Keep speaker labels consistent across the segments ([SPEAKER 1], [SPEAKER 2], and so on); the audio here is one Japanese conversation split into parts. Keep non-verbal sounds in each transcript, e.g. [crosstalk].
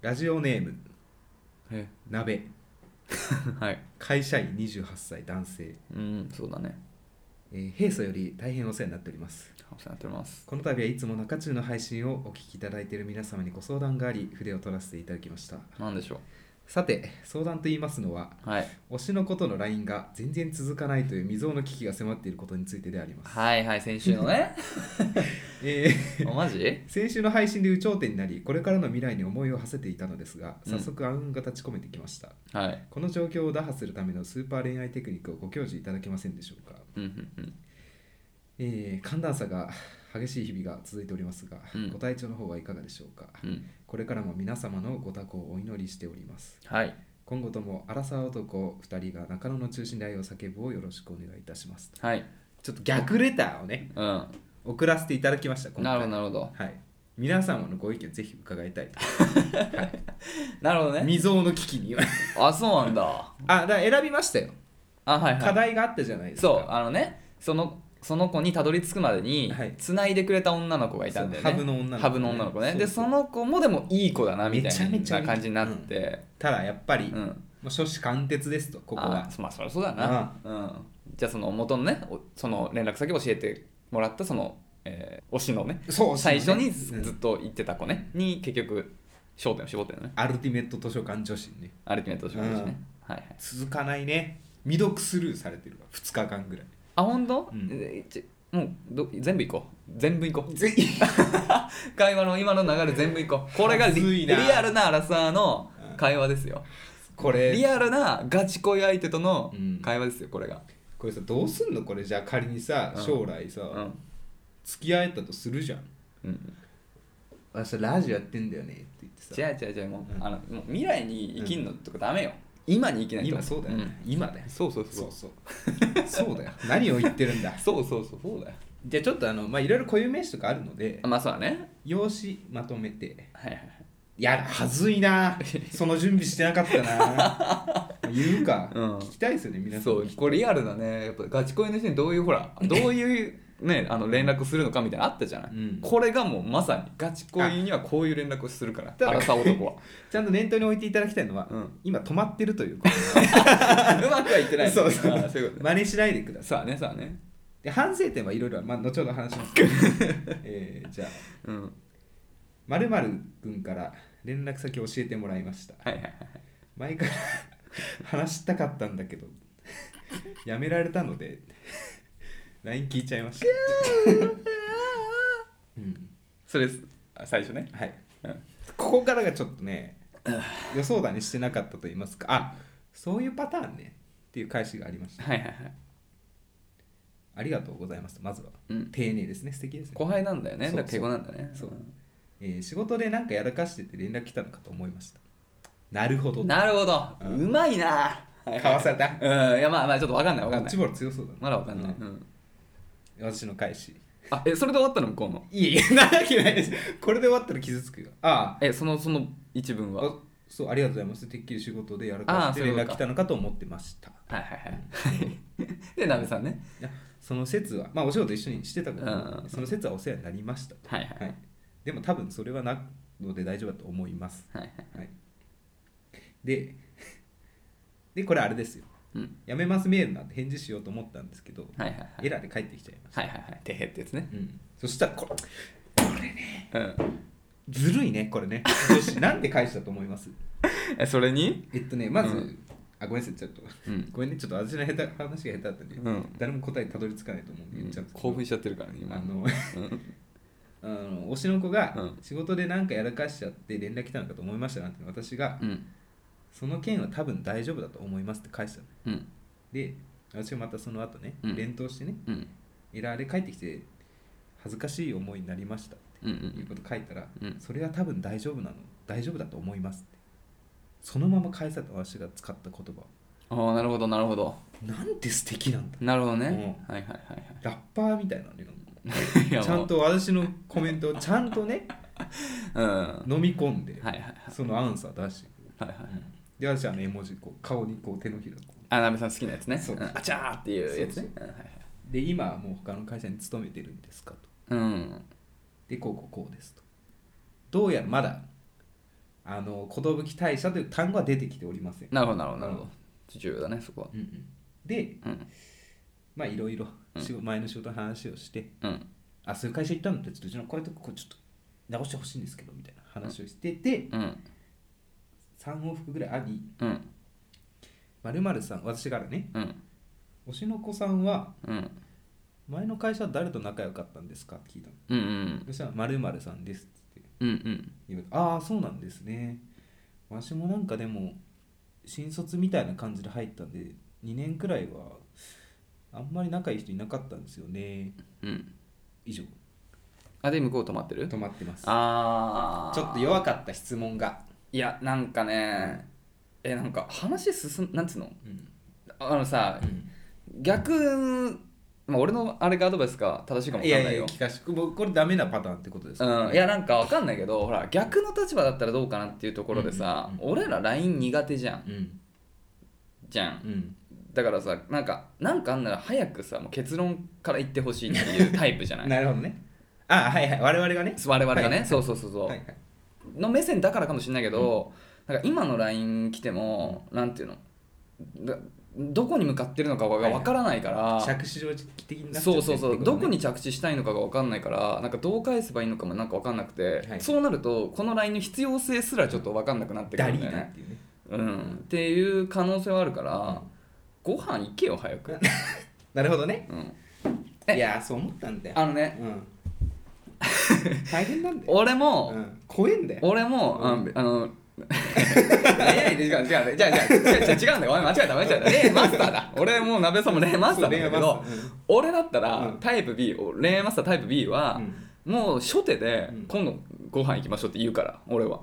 [SPEAKER 1] ラジオネーム
[SPEAKER 2] え
[SPEAKER 1] 鍋
[SPEAKER 2] [laughs] はい
[SPEAKER 1] 会社員28歳男性、
[SPEAKER 2] うんそうだね
[SPEAKER 1] えー平素より大変お世話になっております
[SPEAKER 2] お世話になっております
[SPEAKER 1] この度はいつも中中の配信をお聞きいただいている皆様にご相談があり筆を取らせていただきました
[SPEAKER 2] なんでしょ
[SPEAKER 1] さて相談と言いますのは
[SPEAKER 2] う、はい、
[SPEAKER 1] 推しのことの LINE が全然続かないという未曾有の危機が迫っていることについてであります、
[SPEAKER 2] はいはい先週の
[SPEAKER 1] [laughs]
[SPEAKER 2] ね
[SPEAKER 1] え
[SPEAKER 2] あマジ
[SPEAKER 1] ー先週の配信で有頂点になりこれからの未来に思いを馳せていたのですが早速暗雲が立ち込めてきました、
[SPEAKER 2] はい
[SPEAKER 1] この状況を打破するためのスーパー恋愛テクニックをご教示いただけませんでしょうか、
[SPEAKER 2] うんうん
[SPEAKER 1] えー寒暖差が激しい日々が続いておりますが、
[SPEAKER 2] うん
[SPEAKER 1] ご体調の方はいかがでしょうか
[SPEAKER 2] うんうん
[SPEAKER 1] これからも皆様のご多幸をお祈りしております
[SPEAKER 2] はい
[SPEAKER 1] 今後とも荒沢男2人が中野の中心で愛を叫ぶをよろしくお願いいたします
[SPEAKER 2] はい
[SPEAKER 1] ちょっと逆レターをね
[SPEAKER 2] うん
[SPEAKER 1] 送らせていただきました今
[SPEAKER 2] なるほど
[SPEAKER 1] 回
[SPEAKER 2] なるほ
[SPEAKER 1] は
[SPEAKER 2] ど
[SPEAKER 1] い皆様のご意見ぜひ伺いたいと
[SPEAKER 2] なるほどね
[SPEAKER 1] 未曾有の危機に
[SPEAKER 2] あそうなんだ
[SPEAKER 1] [laughs] あだから選びましたよ
[SPEAKER 2] あはい
[SPEAKER 1] 課
[SPEAKER 2] は
[SPEAKER 1] 題があったじゃないで
[SPEAKER 2] い
[SPEAKER 1] すか
[SPEAKER 2] そうあのねそのその子にたどり着くまでに
[SPEAKER 1] はい
[SPEAKER 2] 繋いでくれた女の子がいたんだよ
[SPEAKER 1] そ
[SPEAKER 2] ね
[SPEAKER 1] うハブの女の子ね
[SPEAKER 2] ハブの女の子ねで
[SPEAKER 1] そうそう
[SPEAKER 2] その子もでもいい子だなみた
[SPEAKER 1] めちゃめ
[SPEAKER 2] い
[SPEAKER 1] ちゃい
[SPEAKER 2] ない感じになって
[SPEAKER 1] ただやっぱり、
[SPEAKER 2] う
[SPEAKER 1] も
[SPEAKER 2] ん
[SPEAKER 1] う初子貫徹ですとここは
[SPEAKER 2] あまあそりゃそうだなうんじゃあその元のねおその連絡先教えてもらったその、えー推しのね
[SPEAKER 1] そ
[SPEAKER 2] 最初に
[SPEAKER 1] うん
[SPEAKER 2] ずっと言ってた子ね、に結局焦点を絞ったよね
[SPEAKER 1] アルティメット図書館女子にね
[SPEAKER 2] アルティメットとですね、はいはい
[SPEAKER 1] 続かないね未読スルーされてるわ2日間ぐらい
[SPEAKER 2] あ本当、
[SPEAKER 1] うん
[SPEAKER 2] えちもうど全部いこう全部いこう
[SPEAKER 1] ぜひ
[SPEAKER 2] [laughs] 会話の今の流れ全部いこうこれが
[SPEAKER 1] むず
[SPEAKER 2] リ
[SPEAKER 1] いな
[SPEAKER 2] リアルなアラサーの会話ですよ、
[SPEAKER 1] これ
[SPEAKER 2] リアルなガチ恋相手との
[SPEAKER 1] うん
[SPEAKER 2] 会話ですよこれが、
[SPEAKER 1] これさどうすんのこれじゃあ仮にさ
[SPEAKER 2] うん
[SPEAKER 1] 将来さ、
[SPEAKER 2] うん
[SPEAKER 1] 付き合えたとするじゃん
[SPEAKER 2] うん、
[SPEAKER 1] 私ラジオやってんだよねって言って
[SPEAKER 2] 違う違う違うもう,、
[SPEAKER 1] うん
[SPEAKER 2] あのもう未来に生きんのとかダメよ、今に生きないと
[SPEAKER 1] 今そうだよ、ね今だよ
[SPEAKER 2] んそうそうそ
[SPEAKER 1] そううそうそう [laughs] だよ何を言ってるんだ
[SPEAKER 2] そうそうそうそうだよ
[SPEAKER 1] じゃあちょっとあのまあいろいろ固有名詞とかあるので
[SPEAKER 2] あまあそうだね
[SPEAKER 1] 用紙まとめて
[SPEAKER 2] はいはいはい
[SPEAKER 1] いやはずいなその準備してなかったな [laughs] 言うか、
[SPEAKER 2] うん
[SPEAKER 1] 聞きたいですよね皆さん
[SPEAKER 2] そうこれリアルだねやっぱガチ恋の人にどういうほ [laughs] らどういうねあの連絡するのかみたいなのあったじゃない、
[SPEAKER 1] うん
[SPEAKER 2] これがもうまさにガチ恋にはこういう連絡をするから
[SPEAKER 1] あ
[SPEAKER 2] 荒さ男は
[SPEAKER 1] ちゃんと念頭に置いていただきたいのは、
[SPEAKER 2] うん
[SPEAKER 1] 今止まってるということ
[SPEAKER 2] [laughs] うまくはいってない
[SPEAKER 1] そうそう
[SPEAKER 2] あそういうことね
[SPEAKER 1] 真似しないでください
[SPEAKER 2] さあねさあね
[SPEAKER 1] で反省点はいろいろある、まあ、後ほど話しますけ
[SPEAKER 2] [laughs]
[SPEAKER 1] ど、えーじゃあ
[SPEAKER 2] うん
[SPEAKER 1] まる君から連絡先を教えてもらいました
[SPEAKER 2] はいはいはい
[SPEAKER 1] 前から話したかったんだけどやめられたので LINE 聞いちゃいました、うん
[SPEAKER 2] それですあ最初ね
[SPEAKER 1] はい、
[SPEAKER 2] うん
[SPEAKER 1] ここからがちょっとね予想だにしてなかったと言いますかあそういうパターンねっていう返しがありました
[SPEAKER 2] はいはいはい
[SPEAKER 1] ありがとうございますまずは、
[SPEAKER 2] うん
[SPEAKER 1] 丁寧ですね素敵ですね
[SPEAKER 2] 後輩なんだよねだ
[SPEAKER 1] そう
[SPEAKER 2] から敬語なんだね
[SPEAKER 1] そうえー仕事でなんかやらかしてて連絡来たのかと思いましたなるほど
[SPEAKER 2] なるほど、う
[SPEAKER 1] うん
[SPEAKER 2] まいな
[SPEAKER 1] かわされた
[SPEAKER 2] [laughs] うんいやまあまあちょっとわかんないわかん
[SPEAKER 1] ドッ
[SPEAKER 2] な
[SPEAKER 1] ジ
[SPEAKER 2] い
[SPEAKER 1] ボール強そうだな
[SPEAKER 2] まだわかんない、
[SPEAKER 1] う
[SPEAKER 2] うん
[SPEAKER 1] 私の返し
[SPEAKER 2] あえそれで終わったの向こうの
[SPEAKER 1] いやい [laughs] やなわけないですこれで終わったら傷つくよあ
[SPEAKER 2] えそのその一文
[SPEAKER 1] あ
[SPEAKER 2] は
[SPEAKER 1] あそうありがとうございますてっきり仕事でやらかして
[SPEAKER 2] あーそう
[SPEAKER 1] 連
[SPEAKER 2] いうこと
[SPEAKER 1] 絡来たのかと思ってました
[SPEAKER 2] はいはい [laughs] はい。で、なべさんね。
[SPEAKER 1] いやその説はまあお仕事一緒にしてたことなんで
[SPEAKER 2] うん
[SPEAKER 1] その説はお世話になりましたと
[SPEAKER 2] はいはい
[SPEAKER 1] はい、でも多分それはなので大丈夫だと思います
[SPEAKER 2] はいはい。
[SPEAKER 1] はい、ででこれあれですよ
[SPEAKER 2] うん。
[SPEAKER 1] やめますメールなんて返事しようと思ったんですけど、
[SPEAKER 2] はいはいはい。
[SPEAKER 1] エラーで返ってきちゃいまし
[SPEAKER 2] はいはいはい。てへってやつね
[SPEAKER 1] た、。うん、そしたらこれ
[SPEAKER 2] うん。
[SPEAKER 1] ずるいねこれね女
[SPEAKER 2] [laughs]
[SPEAKER 1] 子なんで返したと思います
[SPEAKER 2] え、それに
[SPEAKER 1] えっとねまず、
[SPEAKER 2] うん
[SPEAKER 1] あごめんなさいちょっと
[SPEAKER 2] うん。
[SPEAKER 1] ごめんねちょっと私の下手話が下手だったんで、
[SPEAKER 2] うん
[SPEAKER 1] 誰も答えたどり着かないと思うんで言っちゃうんですけど
[SPEAKER 2] 興奮しちゃってるからね、今。
[SPEAKER 1] あの
[SPEAKER 2] うん。
[SPEAKER 1] あの推 [laughs] しの子が
[SPEAKER 2] うん
[SPEAKER 1] 仕事でなんかやらかしちゃって連絡来たのかと思いましたなんて私が、
[SPEAKER 2] うん。
[SPEAKER 1] その件は多分大丈夫だと思いますって返したの
[SPEAKER 2] うん。
[SPEAKER 1] で私はまたその後ね、
[SPEAKER 2] うん
[SPEAKER 1] 連投してね
[SPEAKER 2] うん。
[SPEAKER 1] エラーで帰ってきて恥ずかしい思いになりましたっ
[SPEAKER 2] うん。う。
[SPEAKER 1] ていうんこと書いたら、
[SPEAKER 2] うん
[SPEAKER 1] それは多分大丈夫なの大丈夫だと思いますってそのまま返された私が使った言葉
[SPEAKER 2] ああ、なるほど、なるほど。
[SPEAKER 1] なんて素敵なんだ
[SPEAKER 2] なるほどね。はいはいはい
[SPEAKER 1] ラッパーみたいなのに
[SPEAKER 2] はい。いや
[SPEAKER 1] ちゃん。
[SPEAKER 2] も
[SPEAKER 1] と私のコメントを [laughs] ちゃんとね
[SPEAKER 2] ううん。はい
[SPEAKER 1] 飲み込んで、
[SPEAKER 2] はいはい。
[SPEAKER 1] そのアンサー出して
[SPEAKER 2] はいはい。
[SPEAKER 1] で私はあの絵文字こう顔にこう手のひらこ
[SPEAKER 2] あ、なべさん好きなやつね。
[SPEAKER 1] そうん
[SPEAKER 2] あちゃーっていうやつね。うんはいはいう
[SPEAKER 1] で今はもう他の会社に勤めてるんですかと
[SPEAKER 2] うん。
[SPEAKER 1] でこうこうこうですとどうやらまだあの寿大社という単語は出てきておりません、
[SPEAKER 2] なるほどなるほどなるほど重要だねそこは
[SPEAKER 1] うんうんで
[SPEAKER 2] うん
[SPEAKER 1] まあいろいろ仕事前の仕事の話をして
[SPEAKER 2] うん
[SPEAKER 1] あそういう会社行ったのってちょっとうちのこういうとこちょっと直してほしいんですけどみたいな話をしてて、
[SPEAKER 2] うん
[SPEAKER 1] 3往復ぐらいあり
[SPEAKER 2] うん
[SPEAKER 1] 〇〇さん私からね
[SPEAKER 2] うん
[SPEAKER 1] 推しの子さんは
[SPEAKER 2] うん
[SPEAKER 1] 前の会社は誰と仲良かったんですかって聞いたの
[SPEAKER 2] うんうん
[SPEAKER 1] そしたら〇〇さんですって
[SPEAKER 2] うんうん
[SPEAKER 1] 言うとああそうなんですね私もなんかでも新卒みたいな感じで入ったんで2年くらいはあんまり仲いい人いなかったんですよね
[SPEAKER 2] うん
[SPEAKER 1] 以上
[SPEAKER 2] あで向こう止まってる
[SPEAKER 1] 止まってます
[SPEAKER 2] ああ
[SPEAKER 1] ちょっと弱かった質問が
[SPEAKER 2] いやなんかねえなんか話進んなんつうの
[SPEAKER 1] うん
[SPEAKER 2] あのさ逆、まあ、俺のあれがアドバイスが正しいかも
[SPEAKER 1] い
[SPEAKER 2] わか
[SPEAKER 1] や
[SPEAKER 2] ん
[SPEAKER 1] いやいや
[SPEAKER 2] ないよ
[SPEAKER 1] 聞かしもうこれダメなパターンってことですか、
[SPEAKER 2] うん、いやなんかわかんないけどほら逆の立場だったらどうかなっていうところでさ、
[SPEAKER 1] うん
[SPEAKER 2] 俺ら LINE 苦手じゃん
[SPEAKER 1] うん
[SPEAKER 2] じゃん
[SPEAKER 1] うん
[SPEAKER 2] だからさなんかなんかあんなら早くさもう結論から言ってほしいっていうタイプじゃな
[SPEAKER 1] [laughs]
[SPEAKER 2] い
[SPEAKER 1] なるほどねああはいはい我々がね
[SPEAKER 2] 我々がね、
[SPEAKER 1] はい
[SPEAKER 2] そうそうそうそう、
[SPEAKER 1] はいはい
[SPEAKER 2] の目線だからかもしれないけど、なんか今の LINE 来てもなんていうのだどこに向かってるのかがわからないから、
[SPEAKER 1] 着手上的になっちゃってるって
[SPEAKER 2] そうそうそう
[SPEAKER 1] とね
[SPEAKER 2] どこに着地したいのかが分かんないからなんかどう返せばいいのかもなんか分かんなくて、
[SPEAKER 1] はい
[SPEAKER 2] そうなるとこの LINE の必要性すらちょっと分かんなくなってく
[SPEAKER 1] ダ
[SPEAKER 2] る
[SPEAKER 1] リ
[SPEAKER 2] んだ
[SPEAKER 1] ー
[SPEAKER 2] よ
[SPEAKER 1] ナっ、
[SPEAKER 2] ね
[SPEAKER 1] ていうね
[SPEAKER 2] うん、っていう可能性はあるから、ご飯行けよ早く、
[SPEAKER 1] なるほどね
[SPEAKER 2] うん、え
[SPEAKER 1] いやーそう思ったんだよ
[SPEAKER 2] あのね [laughs]
[SPEAKER 1] うん大変なんだよ、
[SPEAKER 2] 俺も、
[SPEAKER 1] うん、怖えんだよ
[SPEAKER 2] 俺も、あ
[SPEAKER 1] う
[SPEAKER 2] あのいやいや違う違う違う違う違う違う違うんだよごめん間違えた間違えたレイマスターだ俺もう鍋さんもレイマスターなんだけ
[SPEAKER 1] そ
[SPEAKER 2] ど
[SPEAKER 1] うレイマスター
[SPEAKER 2] 俺だったら、
[SPEAKER 1] うん
[SPEAKER 2] タイプ B レイマスタータイプ B は、もう初手で
[SPEAKER 1] うん
[SPEAKER 2] 今度ご飯行きましょうって言うから俺は。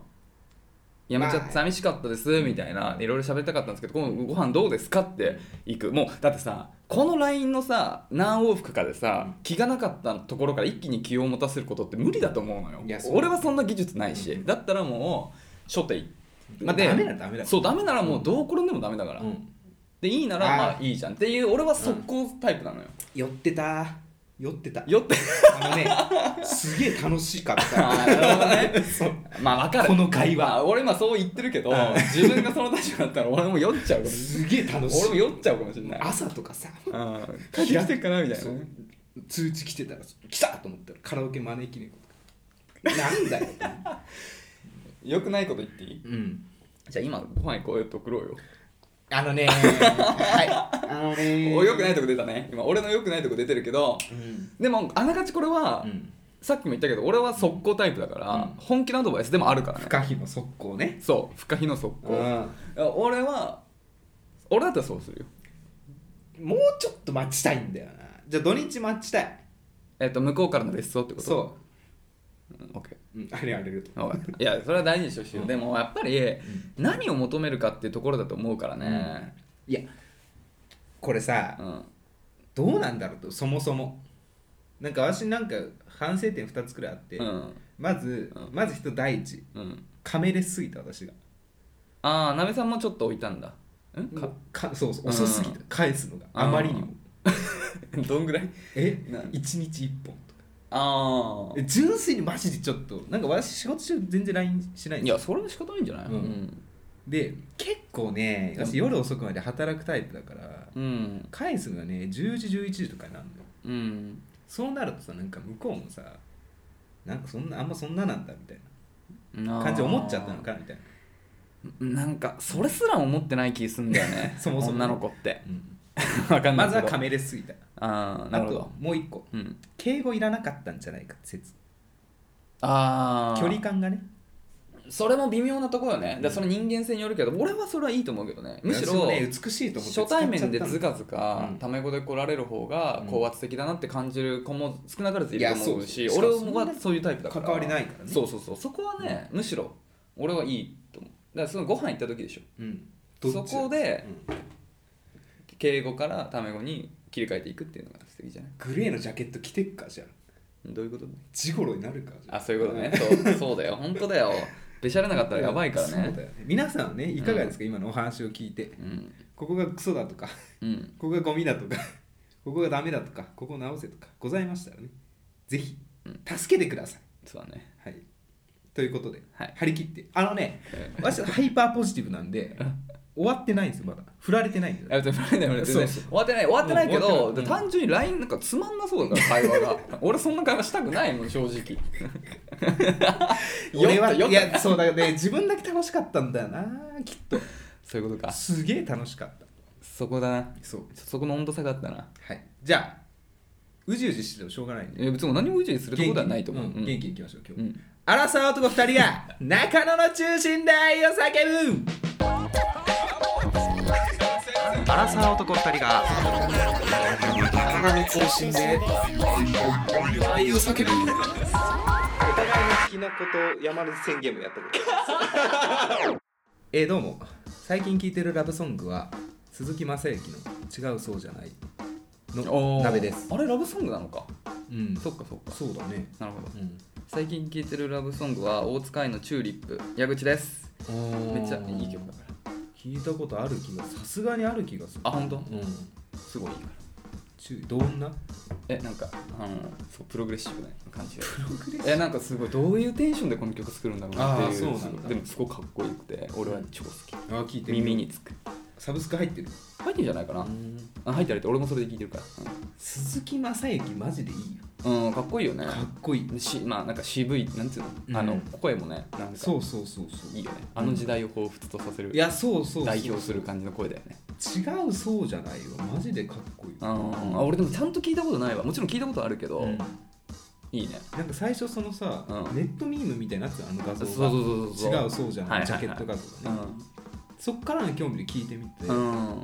[SPEAKER 2] やめちゃっ
[SPEAKER 1] まあ
[SPEAKER 2] て寂しかったですみたいないろいろ喋りたかったんですけど今度ご飯どうですかって行くもうだってさこの LINE のさ何往復かでさ
[SPEAKER 1] う
[SPEAKER 2] 気がなかったところから一気に気を持たせることって無理だと思うのよ
[SPEAKER 1] いやそう
[SPEAKER 2] 俺はそんな技術ないし
[SPEAKER 1] う
[SPEAKER 2] だったらもう初手
[SPEAKER 1] まあ
[SPEAKER 2] で
[SPEAKER 1] ダメならダメだ
[SPEAKER 2] そうダメならもう
[SPEAKER 1] う
[SPEAKER 2] どう転んでもダメだから
[SPEAKER 1] うん
[SPEAKER 2] でいいなら
[SPEAKER 1] あー
[SPEAKER 2] まあいいじゃんっていう俺は速攻タイプなのよ
[SPEAKER 1] 酔ってた酔ってた
[SPEAKER 2] よって
[SPEAKER 1] あのねすげえ楽しかった
[SPEAKER 2] [laughs] あーなるほど
[SPEAKER 1] [laughs]
[SPEAKER 2] ね
[SPEAKER 1] そう
[SPEAKER 2] まあわかる
[SPEAKER 1] この会話
[SPEAKER 2] まあ俺今そう言ってるけど
[SPEAKER 1] うん
[SPEAKER 2] 自分がその立場だったら俺も酔っちゃうかもし
[SPEAKER 1] すげえ
[SPEAKER 2] れ
[SPEAKER 1] 楽
[SPEAKER 2] ない
[SPEAKER 1] し
[SPEAKER 2] 俺も
[SPEAKER 1] い
[SPEAKER 2] 酔っちゃうかもしれない
[SPEAKER 1] 朝とかさ
[SPEAKER 2] うん帰ってきてるかなみたいな
[SPEAKER 1] そう
[SPEAKER 2] ね
[SPEAKER 1] 通知来てたら来たと思ったらカラオケ招き猫とかなんだよ
[SPEAKER 2] よくないこと言っていい
[SPEAKER 1] うん
[SPEAKER 2] じゃあ今ご飯行こうよと送ろうよ
[SPEAKER 1] あのねはいあのね
[SPEAKER 2] およくないとこ出たね今俺のよくないとこ出てるけど
[SPEAKER 1] うん
[SPEAKER 2] でもあながちこれは、
[SPEAKER 1] うん
[SPEAKER 2] さっきも言ったけど俺は速攻タイプだから、
[SPEAKER 1] うん
[SPEAKER 2] 本気のアドバイスでもあるからね
[SPEAKER 1] 不可避の速攻ね
[SPEAKER 2] そう不可避の速攻、
[SPEAKER 1] うん
[SPEAKER 2] 俺は俺だったらそうするよ
[SPEAKER 1] もうちょっと待ちたいんだよなじゃあ土日待ちたい
[SPEAKER 2] えっ、と向こうからの別荘ってこと
[SPEAKER 1] そ
[SPEAKER 2] うん、OK
[SPEAKER 1] う、うん、あれあれと
[SPEAKER 2] わかったいやそれは大事にしてほしいよでもやっぱり何を求めるかっていうところだと思うからね
[SPEAKER 1] いやこれさ
[SPEAKER 2] うん
[SPEAKER 1] どうなんだろうとそもそもなんか私なんか反省点2つくらいあって、
[SPEAKER 2] うん
[SPEAKER 1] まず、
[SPEAKER 2] うん
[SPEAKER 1] まず人第一
[SPEAKER 2] うん
[SPEAKER 1] カメレすぎた私が
[SPEAKER 2] ああなべさんもちょっと置いたんだんか [laughs]
[SPEAKER 1] かそうそう
[SPEAKER 2] うん
[SPEAKER 1] 遅すぎた、返すのが
[SPEAKER 2] うん
[SPEAKER 1] あまりにも
[SPEAKER 2] どんぐらい
[SPEAKER 1] え
[SPEAKER 2] な
[SPEAKER 1] 一1日1本とか
[SPEAKER 2] あ
[SPEAKER 1] え純粋にマジでちょっとなんか私仕事中全然 LINE しな
[SPEAKER 2] あ
[SPEAKER 1] いん
[SPEAKER 2] い
[SPEAKER 1] ですよ
[SPEAKER 2] やそれは仕方ないんじゃない
[SPEAKER 1] うんで結構ね私夜遅くまで働くタイプだから
[SPEAKER 2] うん
[SPEAKER 1] 返すのがね10時11時とかになるのよ
[SPEAKER 2] うん
[SPEAKER 1] そうなるとさなんか向こうもさなんかそんなあんまそんななんだみたい
[SPEAKER 2] うん
[SPEAKER 1] な感じで思っちゃったのかなみたいな、
[SPEAKER 2] なんかそれすら思ってない気すんだよ
[SPEAKER 1] [laughs]
[SPEAKER 2] ね
[SPEAKER 1] そもそも
[SPEAKER 2] 女の子って
[SPEAKER 1] うん
[SPEAKER 2] わかんない
[SPEAKER 1] ま
[SPEAKER 2] け
[SPEAKER 1] ず
[SPEAKER 2] ど
[SPEAKER 1] はカメレすぎた
[SPEAKER 2] ああ
[SPEAKER 1] あ
[SPEAKER 2] なるほ
[SPEAKER 1] と
[SPEAKER 2] ど
[SPEAKER 1] もう一個
[SPEAKER 2] うん
[SPEAKER 1] 敬語いらなかったんじゃないか説
[SPEAKER 2] ああ
[SPEAKER 1] 距離感がね
[SPEAKER 2] それも微妙なところよねだからその人間性によるけど俺はそれはいいと思うけどねむし
[SPEAKER 1] 私も
[SPEAKER 2] ろ
[SPEAKER 1] ね美しいと思って
[SPEAKER 2] 初対面でズ
[SPEAKER 1] が
[SPEAKER 2] カズカ
[SPEAKER 1] うん
[SPEAKER 2] タメ語で来られる方が
[SPEAKER 1] うん
[SPEAKER 2] 高圧的だなって感じる子も少なからずいると思う
[SPEAKER 1] い
[SPEAKER 2] し
[SPEAKER 1] やそう
[SPEAKER 2] 俺
[SPEAKER 1] しかもそん
[SPEAKER 2] は
[SPEAKER 1] な
[SPEAKER 2] そういうタイプだから
[SPEAKER 1] 関わりないからね
[SPEAKER 2] そうそうそうそこはねむしろ俺はいいと思うだからそのご飯行った時でしょ
[SPEAKER 1] うん
[SPEAKER 2] そこで敬語からタメ語に切り替えていくっていうのが素敵じゃない
[SPEAKER 1] グレーのジャケット着てっかじゃあ
[SPEAKER 2] どういうこと
[SPEAKER 1] ジゴロになるかじゃ
[SPEAKER 2] あそういうことねそうそうだよ本当だよべしゃれなかったらやばいか
[SPEAKER 1] [laughs]
[SPEAKER 2] ら
[SPEAKER 1] そうだよ
[SPEAKER 2] ね
[SPEAKER 1] ね皆さんはねいかがですか、今のお話を聞いて
[SPEAKER 2] うん
[SPEAKER 1] ここがクソだとか [laughs]
[SPEAKER 2] うん
[SPEAKER 1] ここがゴミだとか [laughs] ここがダメだとかここ直せとかございましたらねぜひ助けてください、
[SPEAKER 2] そうだね
[SPEAKER 1] はいということで、
[SPEAKER 2] はい
[SPEAKER 1] 張り切ってあのね私ハイパーポジティブなんで終わってないんですよまだ振られてないんです
[SPEAKER 2] あ
[SPEAKER 1] よ
[SPEAKER 2] 別に振られてない振られてない
[SPEAKER 1] そう
[SPEAKER 2] 終わってない終わってないけ
[SPEAKER 1] もう終わ
[SPEAKER 2] ど
[SPEAKER 1] ってないうん
[SPEAKER 2] 単純に LINE なんかつまんなそうだから会話が [laughs] 俺そんな会話したくないもん正直
[SPEAKER 1] 俺は
[SPEAKER 2] よっとよっ
[SPEAKER 1] い
[SPEAKER 2] と
[SPEAKER 1] やそうだよね自分だけ楽しかったんだよなきっと
[SPEAKER 2] そういうことか
[SPEAKER 1] すげえ楽しかった
[SPEAKER 2] そこだな
[SPEAKER 1] そう
[SPEAKER 2] そそこの温度差があったな
[SPEAKER 1] はいじゃあうじうじしててもしょうがないんで
[SPEAKER 2] え別に何も維持するところではないと思う、
[SPEAKER 1] 元気,、
[SPEAKER 2] うん
[SPEAKER 1] 元気にいきましょう今日、
[SPEAKER 2] うん
[SPEAKER 1] アラサー男2人が中野の中心で愛を叫ぶアラサー男2人が中野の中心で愛を叫ぶお互いの好きなことを山根宣言もやったこと [laughs] えーどうも最近聴いてるラブソングは鈴木雅之の「違うそうじゃない」の
[SPEAKER 2] おー
[SPEAKER 1] 鍋です
[SPEAKER 2] あれラブソングなのか
[SPEAKER 1] うん
[SPEAKER 2] そっかそっか
[SPEAKER 1] そうだね
[SPEAKER 2] なるほど
[SPEAKER 1] うん
[SPEAKER 2] 最近聴いてるラブソングは大塚愛のチューリップ矢口です
[SPEAKER 1] め
[SPEAKER 2] めっちゃいい曲だから
[SPEAKER 1] 聞いたことある気がさすがにある気がする
[SPEAKER 2] あ本当
[SPEAKER 1] うん
[SPEAKER 2] すごいいいから
[SPEAKER 1] 注意どんな
[SPEAKER 2] えなんかあのそうプログレッシブな感じでえなんかすごいどういうテンションでこの曲作るんだろうなっていう
[SPEAKER 1] あーそうなんだ
[SPEAKER 2] すごいでもすごくかっこよくて俺は超好き
[SPEAKER 1] あ聞いてみよう
[SPEAKER 2] 耳につく
[SPEAKER 1] サブスク入ってる
[SPEAKER 2] 入ってんじゃないかな、あ入ってる入ってる俺もそれで聴いてるか
[SPEAKER 1] 鈴木雅之マジでいいよ
[SPEAKER 2] らうん、うん、かっこいいよね
[SPEAKER 1] かっこいい
[SPEAKER 2] しまあなんか渋いなんていうの、
[SPEAKER 1] うん
[SPEAKER 2] あの声もねなんか
[SPEAKER 1] そうそうそうそう
[SPEAKER 2] いいよねあの時代を彷彿とさせる
[SPEAKER 1] いやそうそうそう
[SPEAKER 2] 代表する感じの声だよね
[SPEAKER 1] 違うそうじゃないよマジでかっこいい
[SPEAKER 2] あーあ俺でもちゃんと聞いたことないわもちろん聞いたことあるけど、
[SPEAKER 1] うん
[SPEAKER 2] いいね
[SPEAKER 1] なんか最初そのさ
[SPEAKER 2] うん
[SPEAKER 1] ネットミームみたいなやつあの画像
[SPEAKER 2] そう
[SPEAKER 1] が
[SPEAKER 2] そうそうそう
[SPEAKER 1] 違うそうじゃな
[SPEAKER 2] はいい
[SPEAKER 1] ジャ
[SPEAKER 2] はいはい
[SPEAKER 1] ケット画像がねそっからの興味で聞いてみて
[SPEAKER 2] うん、うん、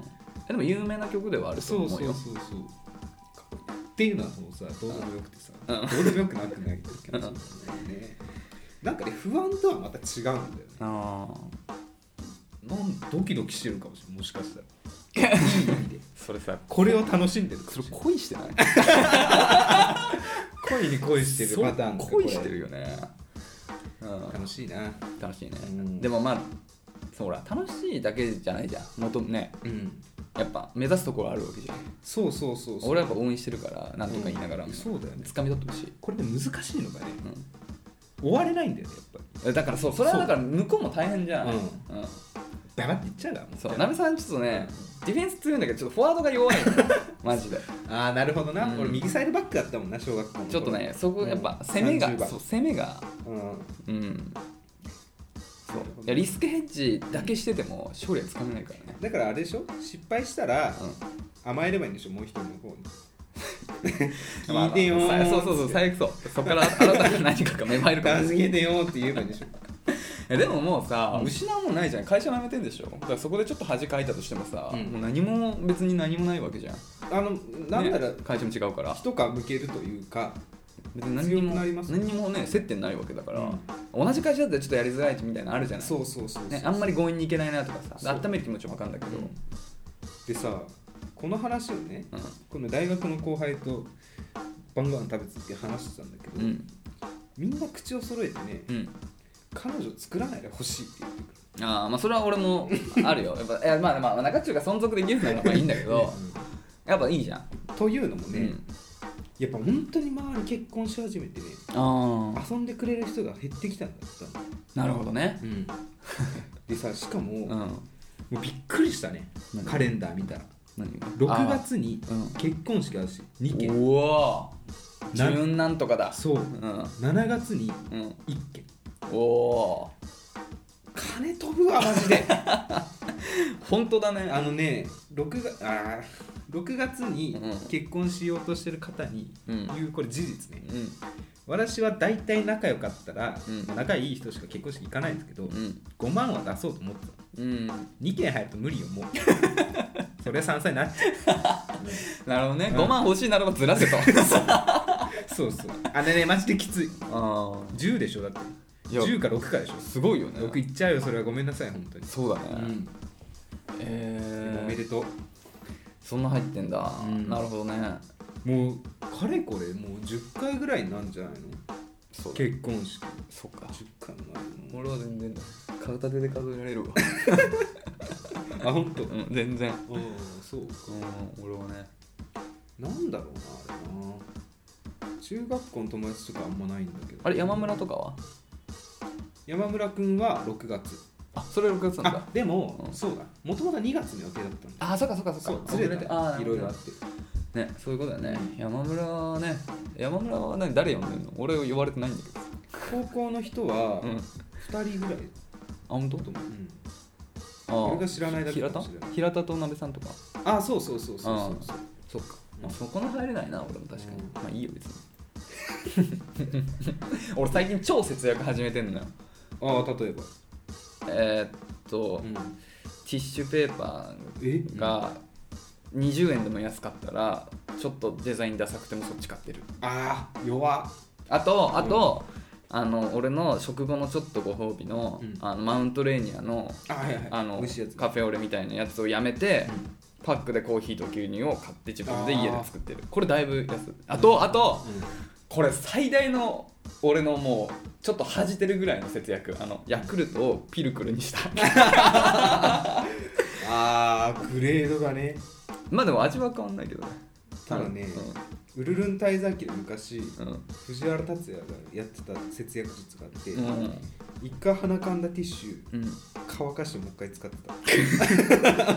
[SPEAKER 2] えでも有名な曲ではあると
[SPEAKER 1] そう
[SPEAKER 2] 思
[SPEAKER 1] そう
[SPEAKER 2] う
[SPEAKER 1] そ
[SPEAKER 2] よ
[SPEAKER 1] うそうっていうのはそのさどうでもよくてさ、
[SPEAKER 2] うん
[SPEAKER 1] どうでもよくなくないけど、ね、なんかね不安とはまた違うんだよね
[SPEAKER 2] ああ
[SPEAKER 1] なんドキドキしてるかもしれないもしかした
[SPEAKER 2] [laughs]
[SPEAKER 1] らいい意味で
[SPEAKER 2] それさ
[SPEAKER 1] これを楽しんでるか
[SPEAKER 2] そ
[SPEAKER 1] も
[SPEAKER 2] れ
[SPEAKER 1] しれない
[SPEAKER 2] 恋してない
[SPEAKER 1] 恋に恋してるパターンか
[SPEAKER 2] そう恋してる
[SPEAKER 1] こ
[SPEAKER 2] よね、う
[SPEAKER 1] れ
[SPEAKER 2] ん、
[SPEAKER 1] 楽しいな
[SPEAKER 2] 楽しいね、
[SPEAKER 1] うん
[SPEAKER 2] でもまあそうほら楽しいだけじゃないじゃん元ね
[SPEAKER 1] うん
[SPEAKER 2] やっぱ目指すところあるわけじゃん
[SPEAKER 1] そうそうそうそう
[SPEAKER 2] 俺はやっぱ応援してるからなんとか言いながら
[SPEAKER 1] う
[SPEAKER 2] も
[SPEAKER 1] んそうだよね
[SPEAKER 2] つかみ取ってほしい、
[SPEAKER 1] これで難しいのがね
[SPEAKER 2] うん
[SPEAKER 1] 終われないんだよねやっぱり
[SPEAKER 2] えだからそうそれはだから向こうも大変じゃん、
[SPEAKER 1] うん
[SPEAKER 2] うん
[SPEAKER 1] ババっていっちゃうからも
[SPEAKER 2] そうなべさんちょっとねディフェンス強いんだけどちょっとフォワードが弱いのよマジで
[SPEAKER 1] ああなるほどな、
[SPEAKER 2] うん
[SPEAKER 1] 俺右サイドバックだったもんな小学校の頃
[SPEAKER 2] ちょっとねそこやっぱ
[SPEAKER 1] うん
[SPEAKER 2] 攻め
[SPEAKER 1] 30
[SPEAKER 2] が
[SPEAKER 1] 番
[SPEAKER 2] そう攻めが
[SPEAKER 1] うん
[SPEAKER 2] うん
[SPEAKER 1] そ
[SPEAKER 2] いやリスクヘッジだけしてても勝利はつかめないからね
[SPEAKER 1] だからあれでしょ失敗したら
[SPEAKER 2] う
[SPEAKER 1] 甘えればいいんでしょもう一人の方に
[SPEAKER 2] ん [laughs] まあ
[SPEAKER 1] 聞いてよー
[SPEAKER 2] まあさそうそうそう最悪そうそこから新たな何かが芽生えるかもし
[SPEAKER 1] 助けてよーって言えばいいんでしょ
[SPEAKER 2] れないでももうさ、
[SPEAKER 1] うん
[SPEAKER 2] 失うもんないじゃん会社舐めてんでしょだからそこでちょっと恥かいたとしてもさ、
[SPEAKER 1] うん
[SPEAKER 2] もう何も別に何もないわけじゃん
[SPEAKER 1] あのなんなら、
[SPEAKER 2] ね会社も違うから
[SPEAKER 1] 一皮むけるというか
[SPEAKER 2] 別に何に
[SPEAKER 1] 強く
[SPEAKER 2] も
[SPEAKER 1] なりますね
[SPEAKER 2] 何にもね接点ないわけだから、同じ会社だったらちょっとやりづらいみたいなのあるじゃない
[SPEAKER 1] そうそうそうそう、
[SPEAKER 2] ね、あんまり強引にいけないなとか
[SPEAKER 1] そ
[SPEAKER 2] さ
[SPEAKER 1] う
[SPEAKER 2] 温める気持ちも分かるんだけど、
[SPEAKER 1] うんでさこの話をね
[SPEAKER 2] うん
[SPEAKER 1] この大学の後輩と晩ご飯食べつって話してたんだけど、
[SPEAKER 2] うん
[SPEAKER 1] みんな口を揃えてね、
[SPEAKER 2] うん
[SPEAKER 1] 彼女作らないでほしいって言ってくる
[SPEAKER 2] ああまあそれは俺もあるよやっぱいやまあまあ中中が存続できるならまあいいんだけどやっぱいいじゃん、
[SPEAKER 1] というのも
[SPEAKER 2] う
[SPEAKER 1] ね、
[SPEAKER 2] ん、
[SPEAKER 1] やっぱ本当に周り結婚し始めてね
[SPEAKER 2] あ
[SPEAKER 1] 遊んでくれる人が減ってきたんだったの
[SPEAKER 2] あなるほどね
[SPEAKER 1] うん、でさしかも,、
[SPEAKER 2] [laughs] うん
[SPEAKER 1] もうびっくりしたね
[SPEAKER 2] 何
[SPEAKER 1] カレンダー見たら
[SPEAKER 2] 何が
[SPEAKER 1] 6月に
[SPEAKER 2] うん
[SPEAKER 1] 結婚式あるし2件
[SPEAKER 2] うわ
[SPEAKER 1] な
[SPEAKER 2] 自分なんとかだ
[SPEAKER 1] そう
[SPEAKER 2] うん
[SPEAKER 1] 7月に
[SPEAKER 2] うん
[SPEAKER 1] 1件
[SPEAKER 2] おお
[SPEAKER 1] 金飛ぶわマジ
[SPEAKER 2] [laughs]
[SPEAKER 1] で
[SPEAKER 2] ー本当だね
[SPEAKER 1] あのね6月あー6月に
[SPEAKER 2] うん
[SPEAKER 1] 結婚しようとしてる方に
[SPEAKER 2] うん
[SPEAKER 1] 言うこれ事実ね
[SPEAKER 2] うん
[SPEAKER 1] 私は大体仲良かったら、
[SPEAKER 2] うん
[SPEAKER 1] まあ仲いい人しか結婚式行かないんですけど、
[SPEAKER 2] うん
[SPEAKER 1] 5万は出そうと思ってた
[SPEAKER 2] うん
[SPEAKER 1] 2件入ると無理よ
[SPEAKER 2] [laughs]
[SPEAKER 1] もうそれは3歳になっちゃう、うん
[SPEAKER 2] なるほどね、
[SPEAKER 1] うん
[SPEAKER 2] 5万欲しいならばず
[SPEAKER 1] [laughs]
[SPEAKER 2] らせと
[SPEAKER 1] そうそう。あれね、マジできつい。
[SPEAKER 2] あ
[SPEAKER 1] 10でしょ、だって。
[SPEAKER 2] いや
[SPEAKER 1] 10か6かでしょ。
[SPEAKER 2] すごいよね
[SPEAKER 1] 6いっちゃうよ、それはごめんなさい、本当に。
[SPEAKER 2] そうだね、
[SPEAKER 1] うん。
[SPEAKER 2] え
[SPEAKER 1] おめでと
[SPEAKER 2] そんな入ってんだ、
[SPEAKER 1] うん
[SPEAKER 2] なるほどね
[SPEAKER 1] う。もう、かれこれ、もう10回ぐらいなんじゃないの
[SPEAKER 2] そう
[SPEAKER 1] 結婚式。
[SPEAKER 2] そうか
[SPEAKER 1] 10回もあ
[SPEAKER 2] 俺は全然だ片手で数えられるわ
[SPEAKER 1] るの。あ、本当。あ
[SPEAKER 2] うん全然
[SPEAKER 1] あ、そうか。
[SPEAKER 2] うん俺はね
[SPEAKER 1] なんだろうな、あれな。中学校の友達とかあんまないんだけど。
[SPEAKER 2] あれ山村とかは
[SPEAKER 1] 山村君は6月
[SPEAKER 2] あそれ6月なんだ
[SPEAKER 1] あでも、
[SPEAKER 2] うん
[SPEAKER 1] そうだもともと2月の予定だったんだ
[SPEAKER 2] あそっかそっかそ
[SPEAKER 1] そう
[SPEAKER 2] っか
[SPEAKER 1] ずれてい
[SPEAKER 2] あー
[SPEAKER 1] ろいろあって
[SPEAKER 2] ねそういうことだよね山村はね山村は何誰呼んでんの俺呼ばれてないんだけ
[SPEAKER 1] 高校の人は
[SPEAKER 2] どうんあ
[SPEAKER 1] 2人ぐらい
[SPEAKER 2] 本当
[SPEAKER 1] だと思う、うん
[SPEAKER 2] あ
[SPEAKER 1] 俺が知らないだけ
[SPEAKER 2] 平
[SPEAKER 1] か
[SPEAKER 2] 田
[SPEAKER 1] もしれない
[SPEAKER 2] 平田と鍋さんとか
[SPEAKER 1] あそうそうそうそうそうそう
[SPEAKER 2] そっか、
[SPEAKER 1] うん
[SPEAKER 2] まあ、そこの入れないな俺も確かに、
[SPEAKER 1] うん
[SPEAKER 2] まあいいよ別に [laughs] 俺最近超節約始めてんのよ
[SPEAKER 1] ああ例えば、
[SPEAKER 2] えー、っと、
[SPEAKER 1] うん、
[SPEAKER 2] ティッシュペーパ
[SPEAKER 1] え
[SPEAKER 2] ーが20円でも安かったらちょっとデザインダサくてもそっち買ってる
[SPEAKER 1] ああ弱っ
[SPEAKER 2] あとあと、あの俺の食後のちょっとご褒美の,、
[SPEAKER 1] うん
[SPEAKER 2] あのマウントレーニアの
[SPEAKER 1] あはいはい
[SPEAKER 2] あの
[SPEAKER 1] 蒸しやつ
[SPEAKER 2] カフェオレみたいなやつをやめて、
[SPEAKER 1] うん
[SPEAKER 2] パックでコーヒーと牛乳を買って自分で家で作ってるこれだいぶ安いあ
[SPEAKER 1] う
[SPEAKER 2] と
[SPEAKER 1] ん
[SPEAKER 2] あと
[SPEAKER 1] うん
[SPEAKER 2] これ最大の俺のもうちょっと恥じてるぐらいの節約あのヤクルトをピルクル
[SPEAKER 1] [laughs]
[SPEAKER 2] にした
[SPEAKER 1] ああグレードがね
[SPEAKER 2] まあでも味は変わんないけどね
[SPEAKER 1] ただねウルルン滞在期で昔
[SPEAKER 2] うんうん
[SPEAKER 1] 藤原竜也がやってた節約術があって、
[SPEAKER 2] うん
[SPEAKER 1] 一回鼻かんだティッシュ
[SPEAKER 2] うん
[SPEAKER 1] 乾かしてもう一回使って
[SPEAKER 2] [laughs]
[SPEAKER 1] た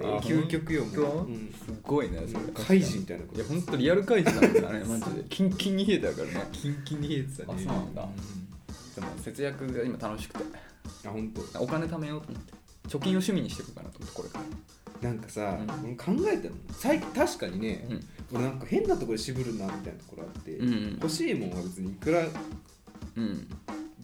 [SPEAKER 1] これ
[SPEAKER 2] あ
[SPEAKER 1] 究極よもう、
[SPEAKER 2] 本当
[SPEAKER 1] うん
[SPEAKER 2] すごいねそれ
[SPEAKER 1] 怪人みたいなこ
[SPEAKER 2] い
[SPEAKER 1] と
[SPEAKER 2] やほんとリアル怪人な
[SPEAKER 1] [laughs]
[SPEAKER 2] んだねマジでキンキンに冷えてるからね
[SPEAKER 1] キンキンに冷えてたね
[SPEAKER 2] あそうなんだ
[SPEAKER 1] う
[SPEAKER 2] でも節約が今楽しくて
[SPEAKER 1] あ本当。
[SPEAKER 2] お金貯めようと思って貯金を趣味にしていこうかなと思ってこれから
[SPEAKER 1] なんかさ、
[SPEAKER 2] う
[SPEAKER 1] 俺考えたの最近確かにね、
[SPEAKER 2] うん
[SPEAKER 1] 俺なんか変なところで渋るなみたいなところあって、
[SPEAKER 2] うんうん
[SPEAKER 1] 欲しいもんは別にいくら
[SPEAKER 2] うん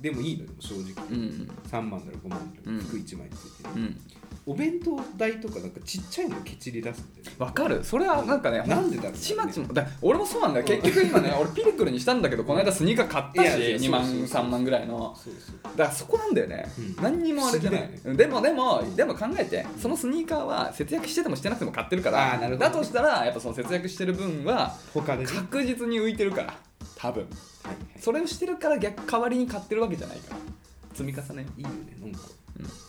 [SPEAKER 1] でもいいのよ正直、
[SPEAKER 2] うんうん
[SPEAKER 1] 3万だろ5万だろ、
[SPEAKER 2] うん
[SPEAKER 1] 服1枚についてる、
[SPEAKER 2] うん
[SPEAKER 1] お弁当代とかなんかちっちゃいのケチり出すんだよね
[SPEAKER 2] わかるそれはなんかね
[SPEAKER 1] なんでだろうね
[SPEAKER 2] ちまちまだ俺もそうなんだよ結局今ね俺ピルクルにしたんだけどこの間スニーカー買ったし
[SPEAKER 1] いやそう
[SPEAKER 2] 2万
[SPEAKER 1] そうそう
[SPEAKER 2] 3万ぐらいの
[SPEAKER 1] そうそう
[SPEAKER 2] だからそこなんだよね、
[SPEAKER 1] うん
[SPEAKER 2] 何にもあれじゃない、
[SPEAKER 1] 不思議
[SPEAKER 2] でもでもでも考えてそのスニーカーは節約しててもしてなくても買ってるか
[SPEAKER 1] あ
[SPEAKER 2] ら
[SPEAKER 1] ーなるほど
[SPEAKER 2] だとしたらやっぱその節約してる分は
[SPEAKER 1] 他でね
[SPEAKER 2] 確実に浮いてるから多分
[SPEAKER 1] はいはい
[SPEAKER 2] それをしてるから逆代わりに買ってるわけじゃないから積み重ね
[SPEAKER 1] いいよねなんか、
[SPEAKER 2] うん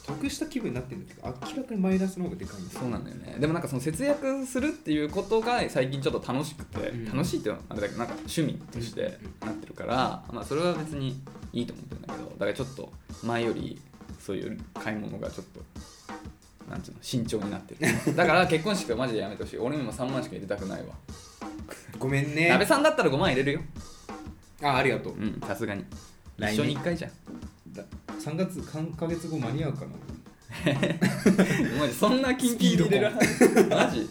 [SPEAKER 1] 得した気分になってるんだけど明らかにマイナスの方がでかいんです
[SPEAKER 2] そうなんだよねでもなんかその節約するっていうことが最近ちょっと楽しくて、
[SPEAKER 1] うん
[SPEAKER 2] 楽しいっていうのはあれだけどなんか趣味としてなってるから、まあ、それは別にいいと思ってるんだけどだからちょっと前よりそういう買い物がちょっとなんていうの慎重になって
[SPEAKER 1] [laughs]
[SPEAKER 2] るだから結婚式はマジでやめてほしい俺も今3万しか入れたくないわ
[SPEAKER 1] ごめん
[SPEAKER 2] 鍋
[SPEAKER 1] ね
[SPEAKER 2] さんだったら5万入れるよ
[SPEAKER 1] あありがとう
[SPEAKER 2] うんさすがに
[SPEAKER 1] 来年
[SPEAKER 2] 一緒に1回じゃん
[SPEAKER 1] [laughs] だ3月3か月後間に合うかな
[SPEAKER 2] マジそんなキンキンに入れるマジ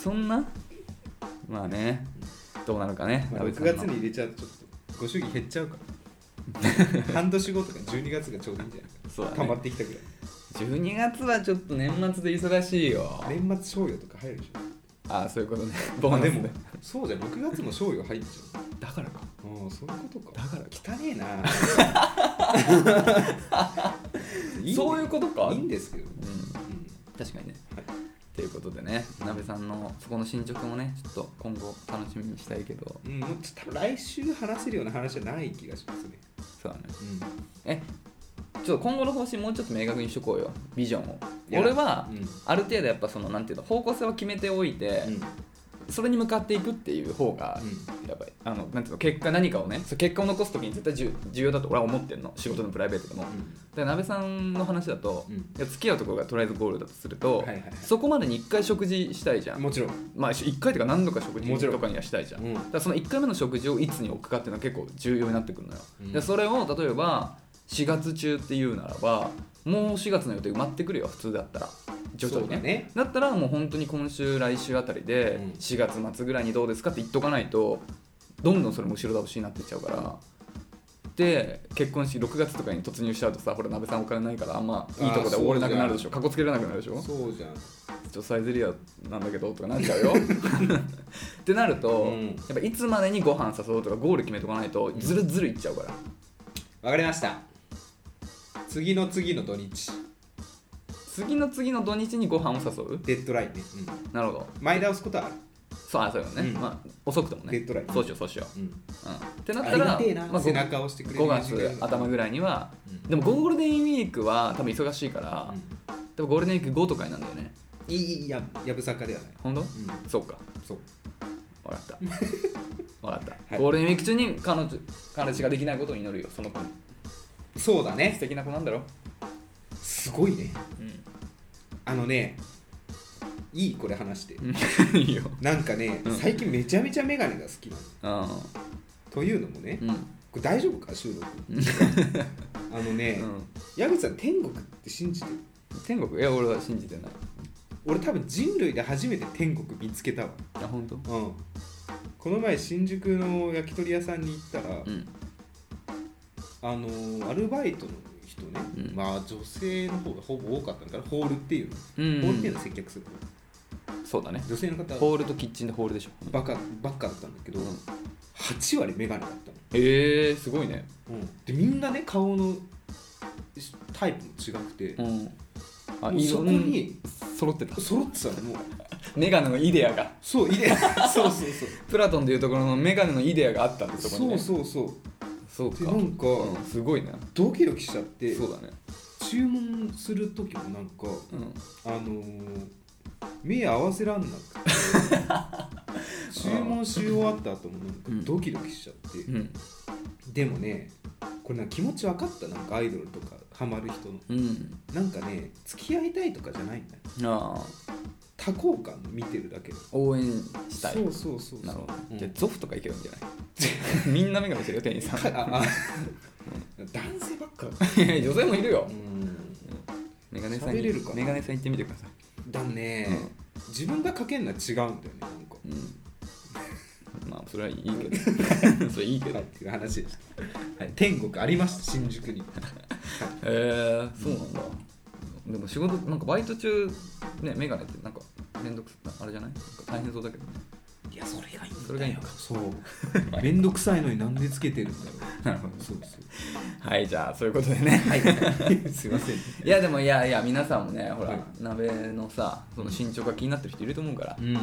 [SPEAKER 2] そんなまあねどうなるかね、
[SPEAKER 1] まあ
[SPEAKER 2] 鍋さ
[SPEAKER 1] 6
[SPEAKER 2] んの
[SPEAKER 1] 月に入れちゃうとちょっとご祝儀減っちゃうから
[SPEAKER 2] [laughs]
[SPEAKER 1] 半年後とか12月がちょうどいいんじゃない
[SPEAKER 2] そうだね
[SPEAKER 1] 溜まってきたぐ
[SPEAKER 2] 12月はちょっと年末で忙しいよ
[SPEAKER 1] らい年末賞与とか入るでしょ
[SPEAKER 2] ああそういうことねボーナス
[SPEAKER 1] あで
[SPEAKER 2] で
[SPEAKER 1] もそうじゃん6月も賞与入っちゃ
[SPEAKER 2] だからか
[SPEAKER 1] うああそういうこと
[SPEAKER 2] だ
[SPEAKER 1] か
[SPEAKER 2] からか
[SPEAKER 1] 汚ねえないいね
[SPEAKER 2] そういうことか
[SPEAKER 1] いいんですけど、
[SPEAKER 2] うん
[SPEAKER 1] うん
[SPEAKER 2] 確かにね
[SPEAKER 1] はい
[SPEAKER 2] ということでねなべさんのそこの進捗もねちょっと今後楽しみにしたいけど
[SPEAKER 1] うん、もうちょっと多分来週話せるような話じゃない気がしますね。
[SPEAKER 2] そうだね
[SPEAKER 1] う
[SPEAKER 2] えちょっと今後の方針もうちょっと明確にしとこうよビジョンを
[SPEAKER 1] いや
[SPEAKER 2] 俺は、
[SPEAKER 1] うん
[SPEAKER 2] ある程度やっぱそのなんていうの方向性を決めておいて、
[SPEAKER 1] ん。
[SPEAKER 2] それに向かっていくっていう方がやばいあのなんていうの結果何かをねそう結果を残す時に絶対重重要だと俺は思ってんの仕事のプライベートでも、で鍋さんの話だと、
[SPEAKER 1] うん
[SPEAKER 2] いや付き合うところがとりあえずゴールだとすると、
[SPEAKER 1] はいはいはい
[SPEAKER 2] そこまでに1回食事したいじゃ、
[SPEAKER 1] うんもちろん。
[SPEAKER 2] まあ、1回とか何度か食
[SPEAKER 1] もち
[SPEAKER 2] 事
[SPEAKER 1] ろん
[SPEAKER 2] とかにはしたいじゃん、
[SPEAKER 1] うん
[SPEAKER 2] だからその1回目の食事をいつに置くかっていうのは結構重要になってくるのよ、
[SPEAKER 1] うん
[SPEAKER 2] でそれを例えば4月中っていうならばもう4月の予定埋まってくるよ普通だったら徐々に
[SPEAKER 1] そうだね
[SPEAKER 2] だったらもう本当に今週来週あたりで
[SPEAKER 1] うん
[SPEAKER 2] 4月末ぐらいにどうですかって言っとかないとどんどんそれも後ろ倒しになっていっちゃうからで結婚式6月とかに突入しちゃうとさほら鍋さんお金ないからあんまいいとこで終われなくなるでしょかっこつけれなくなるでしょ
[SPEAKER 1] そうじゃん。
[SPEAKER 2] ちょサイゼリアなんだけどとかなっちゃう
[SPEAKER 1] [laughs]
[SPEAKER 2] よってなると、
[SPEAKER 1] うん
[SPEAKER 2] やっぱいつまでにご飯誘うとかゴール決めとかないとずるずるいっちゃうから、
[SPEAKER 1] わかりました。次の次の土日、
[SPEAKER 2] 次の次の土日にご飯を誘う
[SPEAKER 1] デッドラインね。
[SPEAKER 2] なるほど
[SPEAKER 1] 前倒すことはある。
[SPEAKER 2] そうあそうよね、
[SPEAKER 1] うん
[SPEAKER 2] まあ、遅くともね
[SPEAKER 1] デッドライン
[SPEAKER 2] そうしようそうしよう
[SPEAKER 1] うん。
[SPEAKER 2] うんってなっ
[SPEAKER 1] あ
[SPEAKER 2] た
[SPEAKER 1] り
[SPEAKER 2] ら
[SPEAKER 1] がてえな。
[SPEAKER 2] まあ、
[SPEAKER 1] 背
[SPEAKER 2] 5,
[SPEAKER 1] 中を押してくれる。
[SPEAKER 2] 月頭ぐらいには、
[SPEAKER 1] うん
[SPEAKER 2] でもゴールデンウィークは多分忙しいから、
[SPEAKER 1] う
[SPEAKER 2] でもゴールデンウィーク5とかになるんだよね
[SPEAKER 1] んいい、いいや、やぶさかではない。
[SPEAKER 2] 本当、
[SPEAKER 1] ん
[SPEAKER 2] そうか
[SPEAKER 1] そう。[laughs]
[SPEAKER 2] 分かった分かった、
[SPEAKER 1] はい
[SPEAKER 2] ゴールデンウィーク中に彼女彼氏ができないことを祈るよその子に
[SPEAKER 1] そうだ
[SPEAKER 2] 素
[SPEAKER 1] ね
[SPEAKER 2] 敵な子なんだろ
[SPEAKER 1] すごいね
[SPEAKER 2] う
[SPEAKER 1] あのねいいこれ話して
[SPEAKER 2] んいいよ
[SPEAKER 1] なんかね、
[SPEAKER 2] うん
[SPEAKER 1] 最近めちゃめちゃメガネが好きなの
[SPEAKER 2] あ
[SPEAKER 1] というのもね、
[SPEAKER 2] うん
[SPEAKER 1] これ大丈夫か収録
[SPEAKER 2] う
[SPEAKER 1] あのね、
[SPEAKER 2] うん
[SPEAKER 1] 矢口さん天国って信じてる
[SPEAKER 2] 天国いや俺は信じてない
[SPEAKER 1] 俺多分人類で初めて天国見つけたわ
[SPEAKER 2] あ本当
[SPEAKER 1] うんこの前新宿の焼き鳥屋さんに行ったら、
[SPEAKER 2] うん
[SPEAKER 1] あのーアルバイトの人ね、
[SPEAKER 2] うん
[SPEAKER 1] まあ女性の方がほぼ多かったのからホールっていうの、
[SPEAKER 2] うん
[SPEAKER 1] ホールっていうのは接客する
[SPEAKER 2] そうだね
[SPEAKER 1] 女性の方
[SPEAKER 2] ホールとキッチンでホールでしょ
[SPEAKER 1] ばっかばっかだったんだけど、
[SPEAKER 2] うん
[SPEAKER 1] 8割メガネだったの
[SPEAKER 2] へえすごいね
[SPEAKER 1] でみんなね顔のしタイプも違くて、
[SPEAKER 2] うんあ
[SPEAKER 1] もうそこに
[SPEAKER 2] うん揃ってた
[SPEAKER 1] 揃ってたのもう
[SPEAKER 2] メガネのイデアが
[SPEAKER 1] そう
[SPEAKER 2] [laughs]
[SPEAKER 1] 入れそうそうそう
[SPEAKER 2] プラトンでいうところのメガネのイデアがあったってと
[SPEAKER 1] [laughs]
[SPEAKER 2] こに
[SPEAKER 1] そう
[SPEAKER 2] ね
[SPEAKER 1] そうそう
[SPEAKER 2] そう
[SPEAKER 1] でな
[SPEAKER 2] か
[SPEAKER 1] んか、
[SPEAKER 2] うんすごいね
[SPEAKER 1] ドキドキしちゃって
[SPEAKER 2] そうだね
[SPEAKER 1] 注文する時もなんか
[SPEAKER 2] うん
[SPEAKER 1] あのー目合わせらんなく
[SPEAKER 2] [laughs]
[SPEAKER 1] て注文し終わった後もなんか
[SPEAKER 2] うん
[SPEAKER 1] ドキドキしちゃって、
[SPEAKER 2] うん
[SPEAKER 1] でもねこれなんか気持ち分かったなんかアイドルとかハマる人の
[SPEAKER 2] うん
[SPEAKER 1] なんかね付き合いたいとかじゃないんだよ
[SPEAKER 2] ああ
[SPEAKER 1] 多幸感見てるだけ
[SPEAKER 2] 応援したい
[SPEAKER 1] そうそうそうそう
[SPEAKER 2] なるほど、
[SPEAKER 1] うん
[SPEAKER 2] じゃあゾフとかいけるん [laughs] じゃないみんなメガネしてるよ店員 [laughs] さん
[SPEAKER 1] かああ男性ばっか
[SPEAKER 2] いや女性もいるよ、
[SPEAKER 1] うん
[SPEAKER 2] メガネさんに
[SPEAKER 1] 喋れるかな
[SPEAKER 2] メガネさん行ってみてください、
[SPEAKER 1] だね、自分がかけんのは違うんだよねなんか
[SPEAKER 2] うん、まあそれはいいけ [laughs] どそれいいけど
[SPEAKER 1] はい
[SPEAKER 2] へ
[SPEAKER 1] っていう話でした、はい、天国ありました新 [laughs] 宿に
[SPEAKER 2] えそうなんだ、でも仕事なんかバイト中ねメガネってなんか面倒くさあれじゃないなんか大変そうだけどね
[SPEAKER 1] いやそれがいいんだよ
[SPEAKER 2] それがいいのか
[SPEAKER 1] そうめんどくさいのになんでつけてるんだろう
[SPEAKER 2] なるほど
[SPEAKER 1] そうそ
[SPEAKER 2] はいじゃあそういうことでね
[SPEAKER 1] う [laughs] はいすいません
[SPEAKER 2] いやでもいやいや皆さんもねほら、
[SPEAKER 1] はい
[SPEAKER 2] 鍋のさその身長が気になってる人いると思うから、
[SPEAKER 1] うん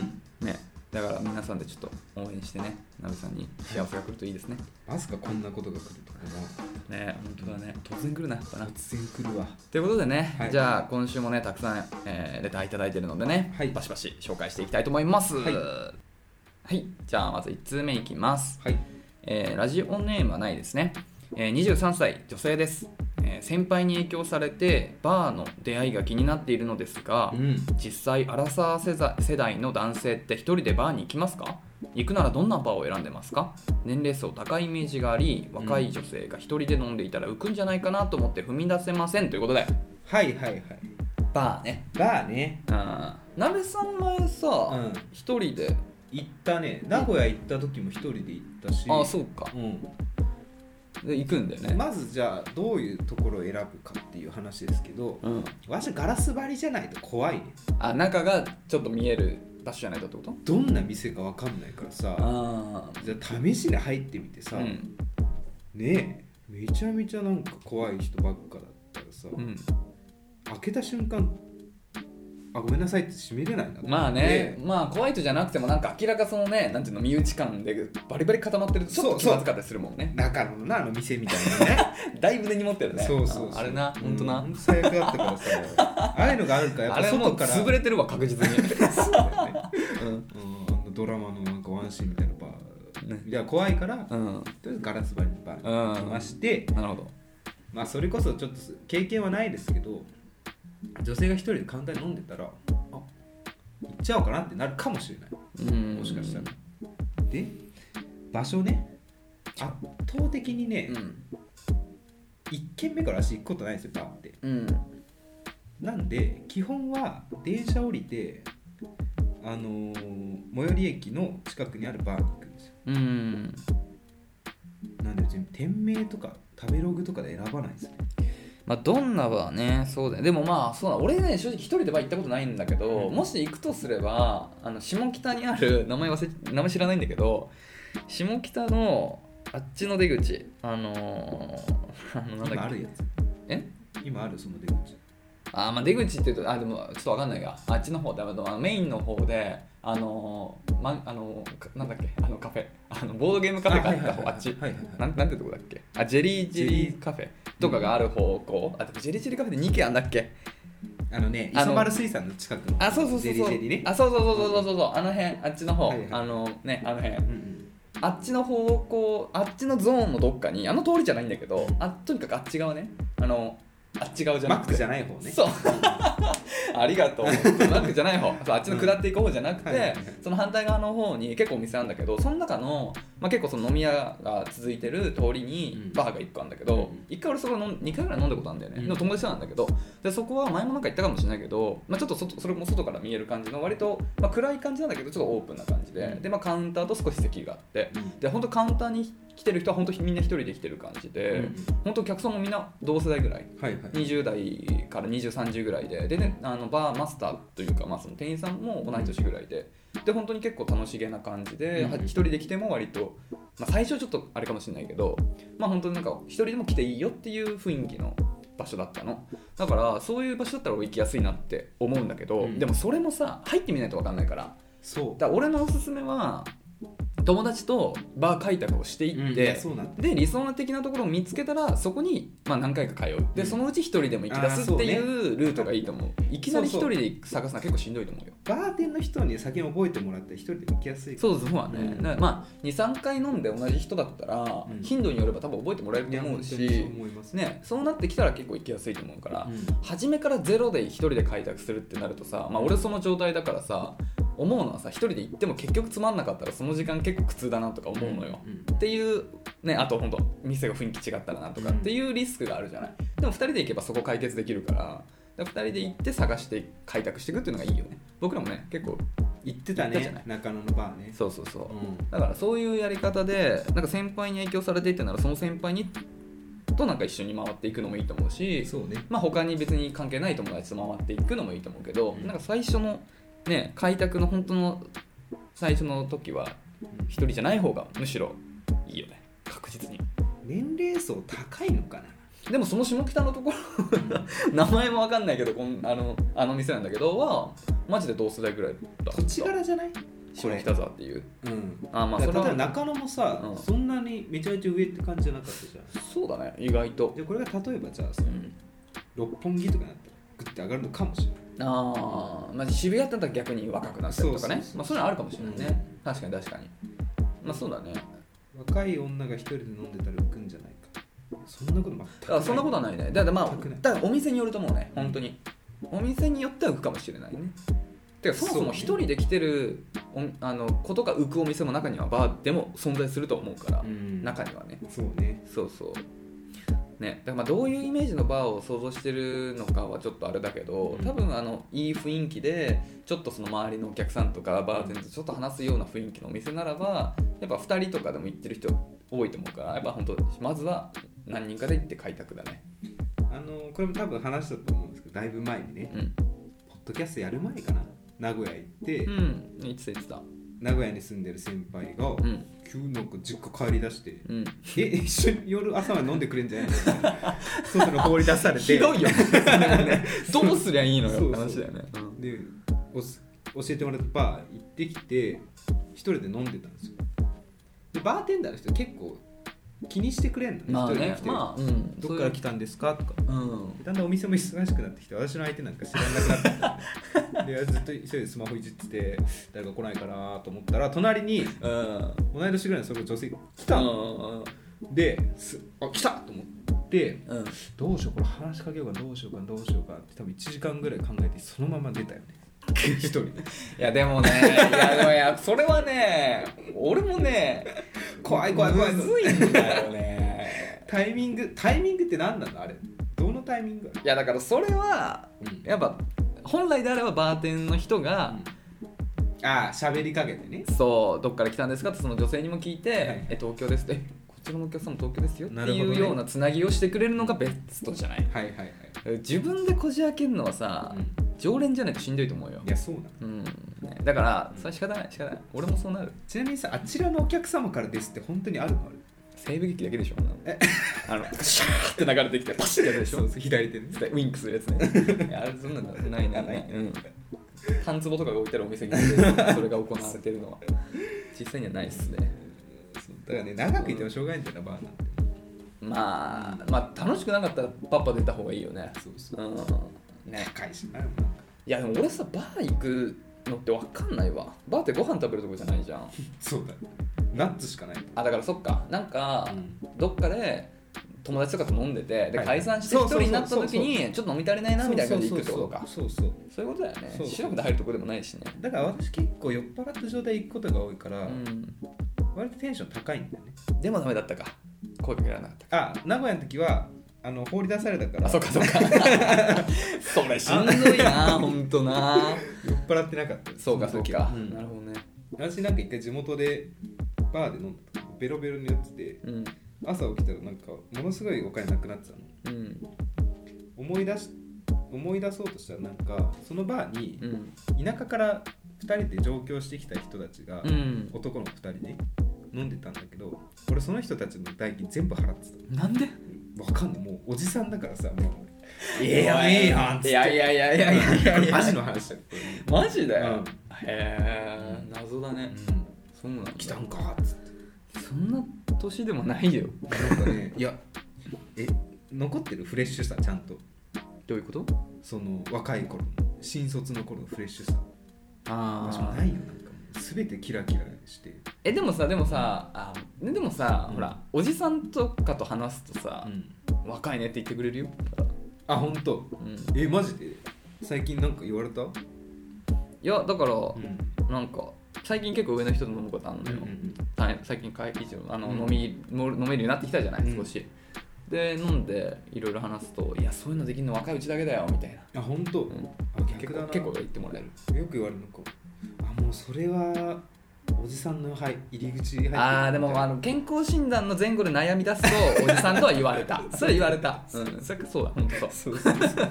[SPEAKER 2] ねだから皆さんでちょっと応援してね鍋さんに幸せが来るといいですね
[SPEAKER 1] まさかこんなことが来るとは
[SPEAKER 2] ね本当だね突然来るなやっぱな
[SPEAKER 1] 突然来るわ
[SPEAKER 2] ということでね、
[SPEAKER 1] はい
[SPEAKER 2] じゃあ今週もねたくさん、えーレターいただいてるのでね、
[SPEAKER 1] はい
[SPEAKER 2] バシバシ紹介していきたいと思います
[SPEAKER 1] はい
[SPEAKER 2] はいじゃあまず1通目いきます
[SPEAKER 1] はい
[SPEAKER 2] えーラジオネームはないですね、えー23歳女性です、えー先輩に影響されてバーの出会いが気になっているのですが、
[SPEAKER 1] うん
[SPEAKER 2] 実際アラサー世代世代の男性って一人でバーに行きますか行くならどんなバーを選んでますか年齢層高いイメージがあり若い女性が一人で飲んでいたら浮くんじゃないかなと思って踏み出せませんということで
[SPEAKER 1] はいはいはい
[SPEAKER 2] バーね
[SPEAKER 1] バーね
[SPEAKER 2] うん鍋さん前
[SPEAKER 1] う
[SPEAKER 2] さ
[SPEAKER 1] ん
[SPEAKER 2] 一、人で
[SPEAKER 1] 行ったね名古屋行った時も一人で行ったし
[SPEAKER 2] あそうか
[SPEAKER 1] う
[SPEAKER 2] で行くんだよね、
[SPEAKER 1] ん、まずじゃあどういうところを選ぶかっていう話ですけど
[SPEAKER 2] うん、
[SPEAKER 1] わしガラス張りじゃないと怖いね
[SPEAKER 2] あ中がちょっと見える場所じゃないとってこと
[SPEAKER 1] どんな店かわかんないからさ
[SPEAKER 2] あ
[SPEAKER 1] じゃあ試しに入ってみて
[SPEAKER 2] あ
[SPEAKER 1] さ、
[SPEAKER 2] うん
[SPEAKER 1] ねえめちゃめちゃなんか怖い人ばっかだったらさ、
[SPEAKER 2] うん
[SPEAKER 1] 開けた瞬間あごめんなさいって閉めれないなと思って
[SPEAKER 2] まあね、まあ怖い人じゃなくてもなんか明らかそのねなんていうの身内感でバリバリ固まってるとちょっと気
[SPEAKER 1] そうそう
[SPEAKER 2] まずかったりするもんね
[SPEAKER 1] 中のなあの店みたいなね
[SPEAKER 2] だいぶ根に持ってる [laughs] ね
[SPEAKER 1] そうそうそう
[SPEAKER 2] ああれな本当な
[SPEAKER 1] うん最悪だった
[SPEAKER 2] [laughs]
[SPEAKER 1] からさああいうのがあるからやっぱ
[SPEAKER 2] あれもう
[SPEAKER 1] 外から
[SPEAKER 2] 潰れてるわ確実に
[SPEAKER 1] そうだよね
[SPEAKER 2] うん
[SPEAKER 1] うんあのドラマのなんかワンシーンみたいなバ
[SPEAKER 2] ね
[SPEAKER 1] ーいや怖いから、と
[SPEAKER 2] うん
[SPEAKER 1] りあえずガラス張りのバーに行きまして、
[SPEAKER 2] なるほど
[SPEAKER 1] まあそれこそちょっと経験はないですけど女性が一人で簡単に飲んでたらあ行っちゃおうかなってなるかもしれない
[SPEAKER 2] うん
[SPEAKER 1] もしかしたら、で場所ね圧倒的にね、
[SPEAKER 2] うん
[SPEAKER 1] 一軒目から足行くことないんですよバーって
[SPEAKER 2] うん
[SPEAKER 1] なんで基本は電車降りてあのー最寄り駅の近くにあるバーに行くんですよ
[SPEAKER 2] うん
[SPEAKER 1] なんで別に店名とか食べログとかで選ばないですね。
[SPEAKER 2] まあどんなはねそうだねでもまあそうだ俺ね正直一人では行ったことないんだけど、
[SPEAKER 1] うん
[SPEAKER 2] もし行くとすればあの下北にある名前忘れ名前知らないんだけど下北のあっちの出口あのーあのなん
[SPEAKER 1] 今
[SPEAKER 2] だ
[SPEAKER 1] あ
[SPEAKER 2] っけ
[SPEAKER 1] るやつ。
[SPEAKER 2] え
[SPEAKER 1] 今あるその出口。
[SPEAKER 2] あーまあ出口っていうとあでもちょっとわかんないがあっちの方だけどあのメインの方であのー、まあのーかなんだっけあのカフェあのボードゲームカフェがあった方あっち
[SPEAKER 1] はいはいはい。
[SPEAKER 2] なんなんてとこだっけあジェリージェリーカフェとかがある方向あでもジェリージェリーカフェって2軒あんだっけ
[SPEAKER 1] あのね、
[SPEAKER 2] あ
[SPEAKER 1] 磯
[SPEAKER 2] の
[SPEAKER 1] 丸水産の近くの
[SPEAKER 2] あそうそうそうそう
[SPEAKER 1] ゼリーゼリーね。
[SPEAKER 2] あそうそうそうそうそうそうあの辺あっちの方、
[SPEAKER 1] はいはい
[SPEAKER 2] あのねあの辺
[SPEAKER 1] うんうん
[SPEAKER 2] あっちの方向あっちのゾーンのどっかにあの通りじゃないんだけどあとにかくあっち側ねあのあっち側じゃ
[SPEAKER 1] マ
[SPEAKER 2] な
[SPEAKER 1] ッ
[SPEAKER 2] く
[SPEAKER 1] ク
[SPEAKER 2] て
[SPEAKER 1] じゃない方ね
[SPEAKER 2] そう [laughs] ありがとうマックじゃない方そうあっちの下っていく方じゃなくて、
[SPEAKER 1] うんはいはいはい
[SPEAKER 2] その反対側の方に結構お店あるんだけどその中の、まあ、結構その飲み屋が続いてる通り
[SPEAKER 1] う
[SPEAKER 2] に
[SPEAKER 1] ん
[SPEAKER 2] バーが1個あるんだけど、
[SPEAKER 1] うん
[SPEAKER 2] 一回俺そこの2回ぐらい飲んだことあるんだよね、
[SPEAKER 1] うん
[SPEAKER 2] でも友達となんだけどでそこは前もなんか行ったかもしれないけど、まあ、ちょっと外それも外から見える感じの割と、まあ、暗い感じなんだけどちょっとオープンな感じで,、
[SPEAKER 1] うん
[SPEAKER 2] でまあ、カウンターと少し席があって
[SPEAKER 1] うん
[SPEAKER 2] で本当カウンターに来てる人は本当みんな一人で来てる感じで、
[SPEAKER 1] うん
[SPEAKER 2] 本当お客さんもみんな同世代ぐらい。
[SPEAKER 1] はいはい
[SPEAKER 2] 20代から2030ぐらいでで、ね、あのバーマスターというか、まあ、その店員さんも同い年ぐらいでで本当に結構楽しげな感じで、
[SPEAKER 1] うん
[SPEAKER 2] は一人で来ても割と、まあ、最初ちょっとあれかもしれないけど、まあ、本当になんか一人でも来ていいよっていう雰囲気の場所だったのだからそういう場所だったら俺行きやすいなって思うんだけど、
[SPEAKER 1] うん
[SPEAKER 2] でもそれもさ入ってみないと分かんないから
[SPEAKER 1] そう
[SPEAKER 2] だから俺のおすすめは友達とバー開拓をしていっ
[SPEAKER 1] うんい
[SPEAKER 2] て、
[SPEAKER 1] やそうなんだ
[SPEAKER 2] で理想的なところを見つけたらそこに、まあ、何回か通うで
[SPEAKER 1] うん
[SPEAKER 2] そのうち一人でも行き出すってい
[SPEAKER 1] あー
[SPEAKER 2] うルートがいいと思ういきなり一人で探すのは結構しんどいと思うよ
[SPEAKER 1] バーテンの人に先に覚えてもらって一人で行きやすい
[SPEAKER 2] そうそうはね、
[SPEAKER 1] うん
[SPEAKER 2] だからまあ23回飲んで同じ人だったら、
[SPEAKER 1] うん
[SPEAKER 2] 頻度によれば多分覚えてもらえる
[SPEAKER 1] い
[SPEAKER 2] と
[SPEAKER 1] や
[SPEAKER 2] 思
[SPEAKER 1] 本
[SPEAKER 2] う
[SPEAKER 1] 当にそう
[SPEAKER 2] し
[SPEAKER 1] 思いますね
[SPEAKER 2] ねそうなってきたら結構行きやすいと思うから、
[SPEAKER 1] うん
[SPEAKER 2] 初めからゼロで一人で開拓するってなるとさ、まあ、俺その状態だからさ思うのはさ一人で行っても結局つまんなかったらその時間結構苦痛だなとか思うのよ、
[SPEAKER 1] ん
[SPEAKER 2] っていうねあと本当店が雰囲気違ったらなとかっていうリスクがあるじゃないでも2人で行けばそこ解決できるからだから2人で行って探して開拓していくっていうのがいいよね僕らもね結構
[SPEAKER 1] 行ってた
[SPEAKER 2] 行ったじゃな
[SPEAKER 1] ね
[SPEAKER 2] い
[SPEAKER 1] 中野のバーね
[SPEAKER 2] そうそうそう、
[SPEAKER 1] うん
[SPEAKER 2] だからそういうやり方でなんか先輩に影響されていってならその先輩にとなんか一緒に回っていくのもいいと思うし
[SPEAKER 1] そうね
[SPEAKER 2] まあ他に別に関係ない友達と回っていくのもいいと思うけど、
[SPEAKER 1] うん
[SPEAKER 2] なんか最初のね開拓の本当の最初の時は一人じゃない方がむしろいいよね確実に。
[SPEAKER 1] 年齢層高いのかな
[SPEAKER 2] でもその下北のところ名前もわかんないけどこんあのあの店なんだけどはマジで同世代ぐらいだ
[SPEAKER 1] 土地柄じゃないこ
[SPEAKER 2] 下
[SPEAKER 1] れ
[SPEAKER 2] 北沢っていう
[SPEAKER 1] うん
[SPEAKER 2] あまあ
[SPEAKER 1] だ
[SPEAKER 2] そ
[SPEAKER 1] か
[SPEAKER 2] れ
[SPEAKER 1] ら例
[SPEAKER 2] は
[SPEAKER 1] えば中野もさ、
[SPEAKER 2] うん
[SPEAKER 1] そんなにめちゃめちゃ上って感じじゃなかったじゃん
[SPEAKER 2] そうだね意外と
[SPEAKER 1] じゃあこれが例えばじゃあそうの
[SPEAKER 2] ん
[SPEAKER 1] 六本木とかになったらグッて上がるのかもしれない
[SPEAKER 2] ああまあ渋谷だったら逆に若くなったりとかね
[SPEAKER 1] そうそうそう
[SPEAKER 2] まあそれはあるかもしれないね確かに確かにまあそうだね
[SPEAKER 1] 若い女が一人で飲んでたら浮くんじゃないかそんなこと全くない
[SPEAKER 2] あそんなことはないねだからま
[SPEAKER 1] 全くな
[SPEAKER 2] あ
[SPEAKER 1] い
[SPEAKER 2] だからお店によると思うね本当にお店によっては浮くかもしれないねてかそもそも一人で来てるおあのことが浮くお店も中にはバーでも存在すると思うから
[SPEAKER 1] うん
[SPEAKER 2] 中にはね
[SPEAKER 1] そうね
[SPEAKER 2] そうそうねだからまあどういうイメージのバーを想像してるのかはちょっとあれだけど
[SPEAKER 1] うん
[SPEAKER 2] 多分あのいい雰囲気でちょっとその周りのお客さんとかバーテンとちょっと話すような雰囲気のお店ならばやっぱ2人とかでも行ってる人多いと思うからやっぱ本当まずは何人かで行って開拓だね
[SPEAKER 1] あのこれも多分話したと思うんですけどだいぶ前にね
[SPEAKER 2] うん、
[SPEAKER 1] ポッドキャストやる前かな名古屋行って、
[SPEAKER 2] うん、いつだいつだ
[SPEAKER 1] 名古屋に住んでる先輩が、
[SPEAKER 2] うん
[SPEAKER 1] 急になんか実家帰り出して、
[SPEAKER 2] うん
[SPEAKER 1] え一緒に夜朝まで飲んでくれんじゃないの [laughs] みたいなそういうの放り出されて
[SPEAKER 2] ひ [laughs] どいよどうすりゃいいのよ
[SPEAKER 1] そう
[SPEAKER 2] って
[SPEAKER 1] そう
[SPEAKER 2] 話だよねうん
[SPEAKER 1] でおす教えてもらったバー行ってきて一人で飲んでたんですよでバーテンダーの人結構気にしてくれんのね
[SPEAKER 2] まあ
[SPEAKER 1] 一人で
[SPEAKER 2] ね
[SPEAKER 1] 来てる、
[SPEAKER 2] まあうん
[SPEAKER 1] どっから来たんですかとか
[SPEAKER 2] そういううん
[SPEAKER 1] だんだんお店も忙しくなってきて私の相手なんか知らなくな
[SPEAKER 2] [laughs]
[SPEAKER 1] ってきてでずっと一人でスマホいじってて誰か来ないかなと思ったら隣に
[SPEAKER 2] うん
[SPEAKER 1] 同い年ぐらいのその女性来
[SPEAKER 2] 来
[SPEAKER 1] た
[SPEAKER 2] う
[SPEAKER 1] の、
[SPEAKER 2] ん
[SPEAKER 1] ですあ来たと思って
[SPEAKER 2] うん
[SPEAKER 1] どうしようこれ話しかけようかどうしようかどうしようかって多分1時間ぐらい考えてそのまま出たよね一人で
[SPEAKER 2] いやでもね、いやでもいや、それはね、俺もね、
[SPEAKER 1] 怖い怖い怖い
[SPEAKER 2] むずいんだよね。
[SPEAKER 1] [laughs] タイミングタイミングって何なんだあれどのタイミング
[SPEAKER 2] いやだからそれは、
[SPEAKER 1] うん
[SPEAKER 2] やっぱ、本来であればバーテンの人が、
[SPEAKER 1] ああ喋りかけてね
[SPEAKER 2] そう、どっから来たんですかってその女性にも聞いて、
[SPEAKER 1] いはい
[SPEAKER 2] え、東京ですって、えこちらのお客さんも東京ですよ
[SPEAKER 1] な
[SPEAKER 2] って
[SPEAKER 1] るほ
[SPEAKER 2] い
[SPEAKER 1] どね
[SPEAKER 2] うようなつなぎをしてくれるのがベストじゃない。
[SPEAKER 1] はいはいはい、
[SPEAKER 2] 自分でこじ開けるのはさ、
[SPEAKER 1] う
[SPEAKER 2] 常連じゃないとしんどいと思うよ
[SPEAKER 1] んい。やそうなの
[SPEAKER 2] うん、ねだから、それは仕方ない、仕方ない。俺もそうなる。
[SPEAKER 1] ちなみにさあちらのお客様からですって本当にあるのある
[SPEAKER 2] 西部劇だけでしょあのシャーって流れてきてパシッてやるでしょ
[SPEAKER 1] 左手ね
[SPEAKER 2] ウィンクするやつねいやあれそんなのないなない、うん、半壺とかが置いてあるお店にそれが行われてるのは実際にはないっすね
[SPEAKER 1] そうだからね長くいてもしょうがないんだよなバーなんて
[SPEAKER 2] まあまあ楽しくなかったらパッパ出た方がいいよね
[SPEAKER 1] そうそう
[SPEAKER 2] うんね
[SPEAKER 1] 高いしない
[SPEAKER 2] やでも俺さバー行くのって分かんないわバーってご飯食べるとこじゃないじゃん
[SPEAKER 1] そうだナッツしかない、
[SPEAKER 2] あだからそっかなんか、
[SPEAKER 1] うん
[SPEAKER 2] どっかで友達とかと飲んでてで
[SPEAKER 1] はい
[SPEAKER 2] 解散して一
[SPEAKER 1] そうそうそ
[SPEAKER 2] 人
[SPEAKER 1] う
[SPEAKER 2] になった時にちょっと飲み足りないなみたいな感じで行くってことか
[SPEAKER 1] そうそうそう
[SPEAKER 2] そういうことだよね
[SPEAKER 1] そうそう
[SPEAKER 2] 白くで入るとこでもないしね
[SPEAKER 1] だから私結構酔っ払った状態で行くことが多いから、
[SPEAKER 2] うん
[SPEAKER 1] 割とテンション高いんだよね
[SPEAKER 2] でもダメだったか声かけられなかった
[SPEAKER 1] あ
[SPEAKER 2] か
[SPEAKER 1] 名古屋の時はあの放り出されたから
[SPEAKER 2] あそっかそ [laughs] っかそれしんどいなほんとな
[SPEAKER 1] 酔っ払ってなかった
[SPEAKER 2] そうかそ
[SPEAKER 1] の
[SPEAKER 2] う
[SPEAKER 1] 時は
[SPEAKER 2] か、
[SPEAKER 1] ん
[SPEAKER 2] なるほどね
[SPEAKER 1] 私なんか一回地元でバーで飲んだ時ベロベロに酔ってて
[SPEAKER 2] うん
[SPEAKER 1] 朝起きたらなんかものすごいお金なくなってたの
[SPEAKER 2] うん
[SPEAKER 1] 思い出し思い出そうとしたらなんかそのバーに
[SPEAKER 2] うん
[SPEAKER 1] 田舎から2人で上京してきた人たちが、
[SPEAKER 2] うん
[SPEAKER 1] 男の2人で飲んでたんだけど俺その人たちの代金全部払って
[SPEAKER 2] なんで
[SPEAKER 1] たわかんないもうおじさんだからさもう「
[SPEAKER 2] いやい
[SPEAKER 1] やん
[SPEAKER 2] やいやいやいやいやいやいや
[SPEAKER 1] マジの話だっけ
[SPEAKER 2] マジだ
[SPEAKER 1] う
[SPEAKER 2] よ
[SPEAKER 1] ん
[SPEAKER 2] へえ謎だねそうなんだ
[SPEAKER 1] 来たんかっつっ
[SPEAKER 2] そんな年でもないよ
[SPEAKER 1] てなんかねいやえ残ってるフレッシュさちゃんと
[SPEAKER 2] どういうこと
[SPEAKER 1] その若い頃の新卒の頃のフレッシュさ私も
[SPEAKER 2] あ
[SPEAKER 1] ないよなんかもう全てキラキラして
[SPEAKER 2] えでもさでもさあねでもさ、
[SPEAKER 1] うん
[SPEAKER 2] ほらおじさんとかと話すとさ、
[SPEAKER 1] ん
[SPEAKER 2] 若いねって言ってくれるよ、
[SPEAKER 1] あ本当
[SPEAKER 2] うん、い
[SPEAKER 1] えマジで最近なんか言われたうん
[SPEAKER 2] やだから、なんか最近結構上の人と飲むことあるのよ、た最近会議中あの、
[SPEAKER 1] うん
[SPEAKER 2] 飲みも飲めるようになってきたじゃな
[SPEAKER 1] う
[SPEAKER 2] い
[SPEAKER 1] ん
[SPEAKER 2] 少し、で飲んでいろいろ話すと「いやそういうのできるの若いうちだけだよ」みたいな、
[SPEAKER 1] あ本当
[SPEAKER 2] うん
[SPEAKER 1] あ
[SPEAKER 2] 結
[SPEAKER 1] 逆だ
[SPEAKER 2] 構
[SPEAKER 1] な
[SPEAKER 2] 結構言ってもらえる
[SPEAKER 1] よく言われるのかあもうそれはおじさんのはい入り口入ってる
[SPEAKER 2] あーでもあの健康診断の前後で悩み出すとおじさんとは言われ [laughs] たそれ言われた、うん、それそうだ本当そう
[SPEAKER 1] そうそうそう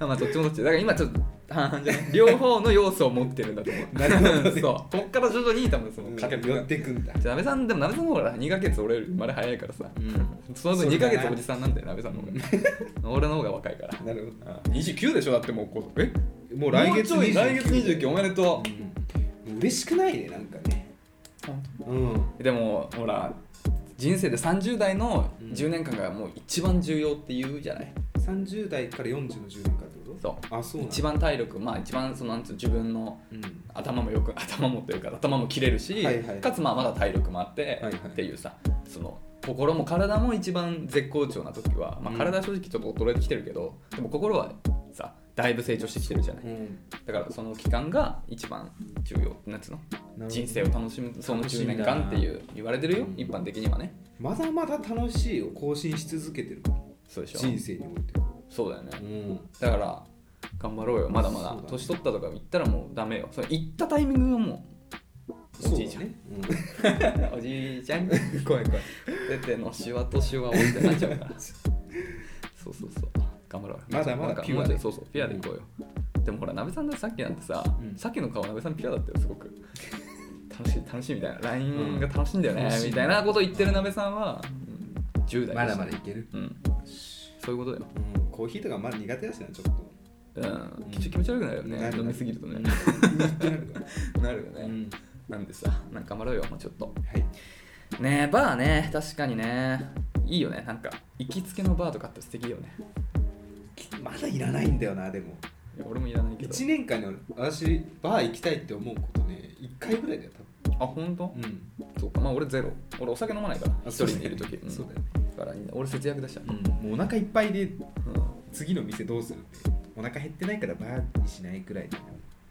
[SPEAKER 2] あまあどっちもどっちだから今ちょっと半々じゃない両方の要素を持ってるんだと思う
[SPEAKER 1] なるほどね
[SPEAKER 2] そうこっから徐々に多分その
[SPEAKER 1] うん
[SPEAKER 2] かけ
[SPEAKER 1] 寄ってくんだ
[SPEAKER 2] じゃあ鍋さんでも鍋さんの方が2ヶ月俺より生まれ早いからさ
[SPEAKER 1] うん
[SPEAKER 2] その分
[SPEAKER 1] そう
[SPEAKER 2] 2
[SPEAKER 1] だ
[SPEAKER 2] ヶ
[SPEAKER 1] な
[SPEAKER 2] 月おじさんなんだよ鍋さんの方が [laughs] 俺の方が若いから
[SPEAKER 1] なるほ
[SPEAKER 2] 29でしょだってもうこうえ
[SPEAKER 1] どもう来月
[SPEAKER 2] もうちょい来月29おめでとう、
[SPEAKER 1] うんもう嬉しくないねなんかねうん
[SPEAKER 2] でもほら人生で30代の10年間がもう一番重要って言うじゃない
[SPEAKER 1] 30代から40の10年間ってこと
[SPEAKER 2] そう
[SPEAKER 1] あそうなんだ
[SPEAKER 2] 一番体力まあ一番そのなんつうの自分の
[SPEAKER 1] うん
[SPEAKER 2] 頭もよく [laughs] 頭もというか頭も切れるし、
[SPEAKER 1] はいはい
[SPEAKER 2] かつまあまだ体力もあって、
[SPEAKER 1] はいはい
[SPEAKER 2] っていうさその心も体も一番絶好調な時は、まあ、
[SPEAKER 1] うん
[SPEAKER 2] 体は正直ちょっと衰えてきてるけど、でも心はさだいぶ成長してきてるじゃない
[SPEAKER 1] うん
[SPEAKER 2] だからその期間が一番重要なんつうの
[SPEAKER 1] なるほど
[SPEAKER 2] 人生を楽しむその
[SPEAKER 1] 楽し
[SPEAKER 2] 10
[SPEAKER 1] み
[SPEAKER 2] 年
[SPEAKER 1] だな
[SPEAKER 2] 間っていう言われてるよ
[SPEAKER 1] うん
[SPEAKER 2] 一般的にはね
[SPEAKER 1] まだまだ楽しいを更新し続けてるから
[SPEAKER 2] そうでしょ
[SPEAKER 1] 人生において
[SPEAKER 2] そうだよね
[SPEAKER 1] うん
[SPEAKER 2] だから頑張ろうよまだまだ
[SPEAKER 1] そうだね
[SPEAKER 2] 年取ったとか言ったらもうダメよそれ行ったタイミングがもう
[SPEAKER 1] そ
[SPEAKER 2] お
[SPEAKER 1] う
[SPEAKER 2] じい
[SPEAKER 1] だ
[SPEAKER 2] ちゃん、
[SPEAKER 1] ね [laughs]
[SPEAKER 2] おじいちゃん
[SPEAKER 1] うん怖い怖い
[SPEAKER 2] 出てのシワとシワをってなっちゃうからそうそうそう頑張ろうよ
[SPEAKER 1] まだまだ
[SPEAKER 2] もう
[SPEAKER 1] ピュアで
[SPEAKER 2] もうちょいそうそうピュアでいこうよ、でもほら鍋さんのさっきなんてさ、
[SPEAKER 1] うん
[SPEAKER 2] さっきの顔鍋さんピュアだったよすごく楽しい楽しいみたいな LINE
[SPEAKER 1] ん
[SPEAKER 2] が楽しいんだよね、
[SPEAKER 1] 楽しい
[SPEAKER 2] みたいなこと言ってる鍋さんは、うん、10代
[SPEAKER 1] ま
[SPEAKER 2] で
[SPEAKER 1] だ
[SPEAKER 2] す
[SPEAKER 1] まだいける
[SPEAKER 2] うんそういうことだよ
[SPEAKER 1] うんコーヒーとかまだ苦手だしなちょっ
[SPEAKER 2] [laughs]
[SPEAKER 1] と
[SPEAKER 2] うん、気持ち悪くなるよ
[SPEAKER 1] な
[SPEAKER 2] ね
[SPEAKER 1] る
[SPEAKER 2] 飲みすぎるとねなるよ
[SPEAKER 1] う
[SPEAKER 2] ね、
[SPEAKER 1] ん
[SPEAKER 2] なんでさなんか頑張ろうよもうちょっと
[SPEAKER 1] はい
[SPEAKER 2] ねえバーね確かにねいいよねなんか行きつけのバーとかって素敵よね
[SPEAKER 1] まだいらないんだよなでも
[SPEAKER 2] いや俺もいらないけど
[SPEAKER 1] 1年間に私バー行きたいって思うことね1回ぐらいだよ
[SPEAKER 2] あ本当
[SPEAKER 1] 多？分うん
[SPEAKER 2] そうかまあ俺ゼロ俺お酒飲まないから
[SPEAKER 1] あ
[SPEAKER 2] 一
[SPEAKER 1] そ
[SPEAKER 2] 人
[SPEAKER 1] うだよ
[SPEAKER 2] でいる時ん
[SPEAKER 1] そうだよね
[SPEAKER 2] だから俺節約だし
[SPEAKER 1] うんもうお腹いっぱいで次の店どうするってお腹減ってないからバーにしないくらいだよ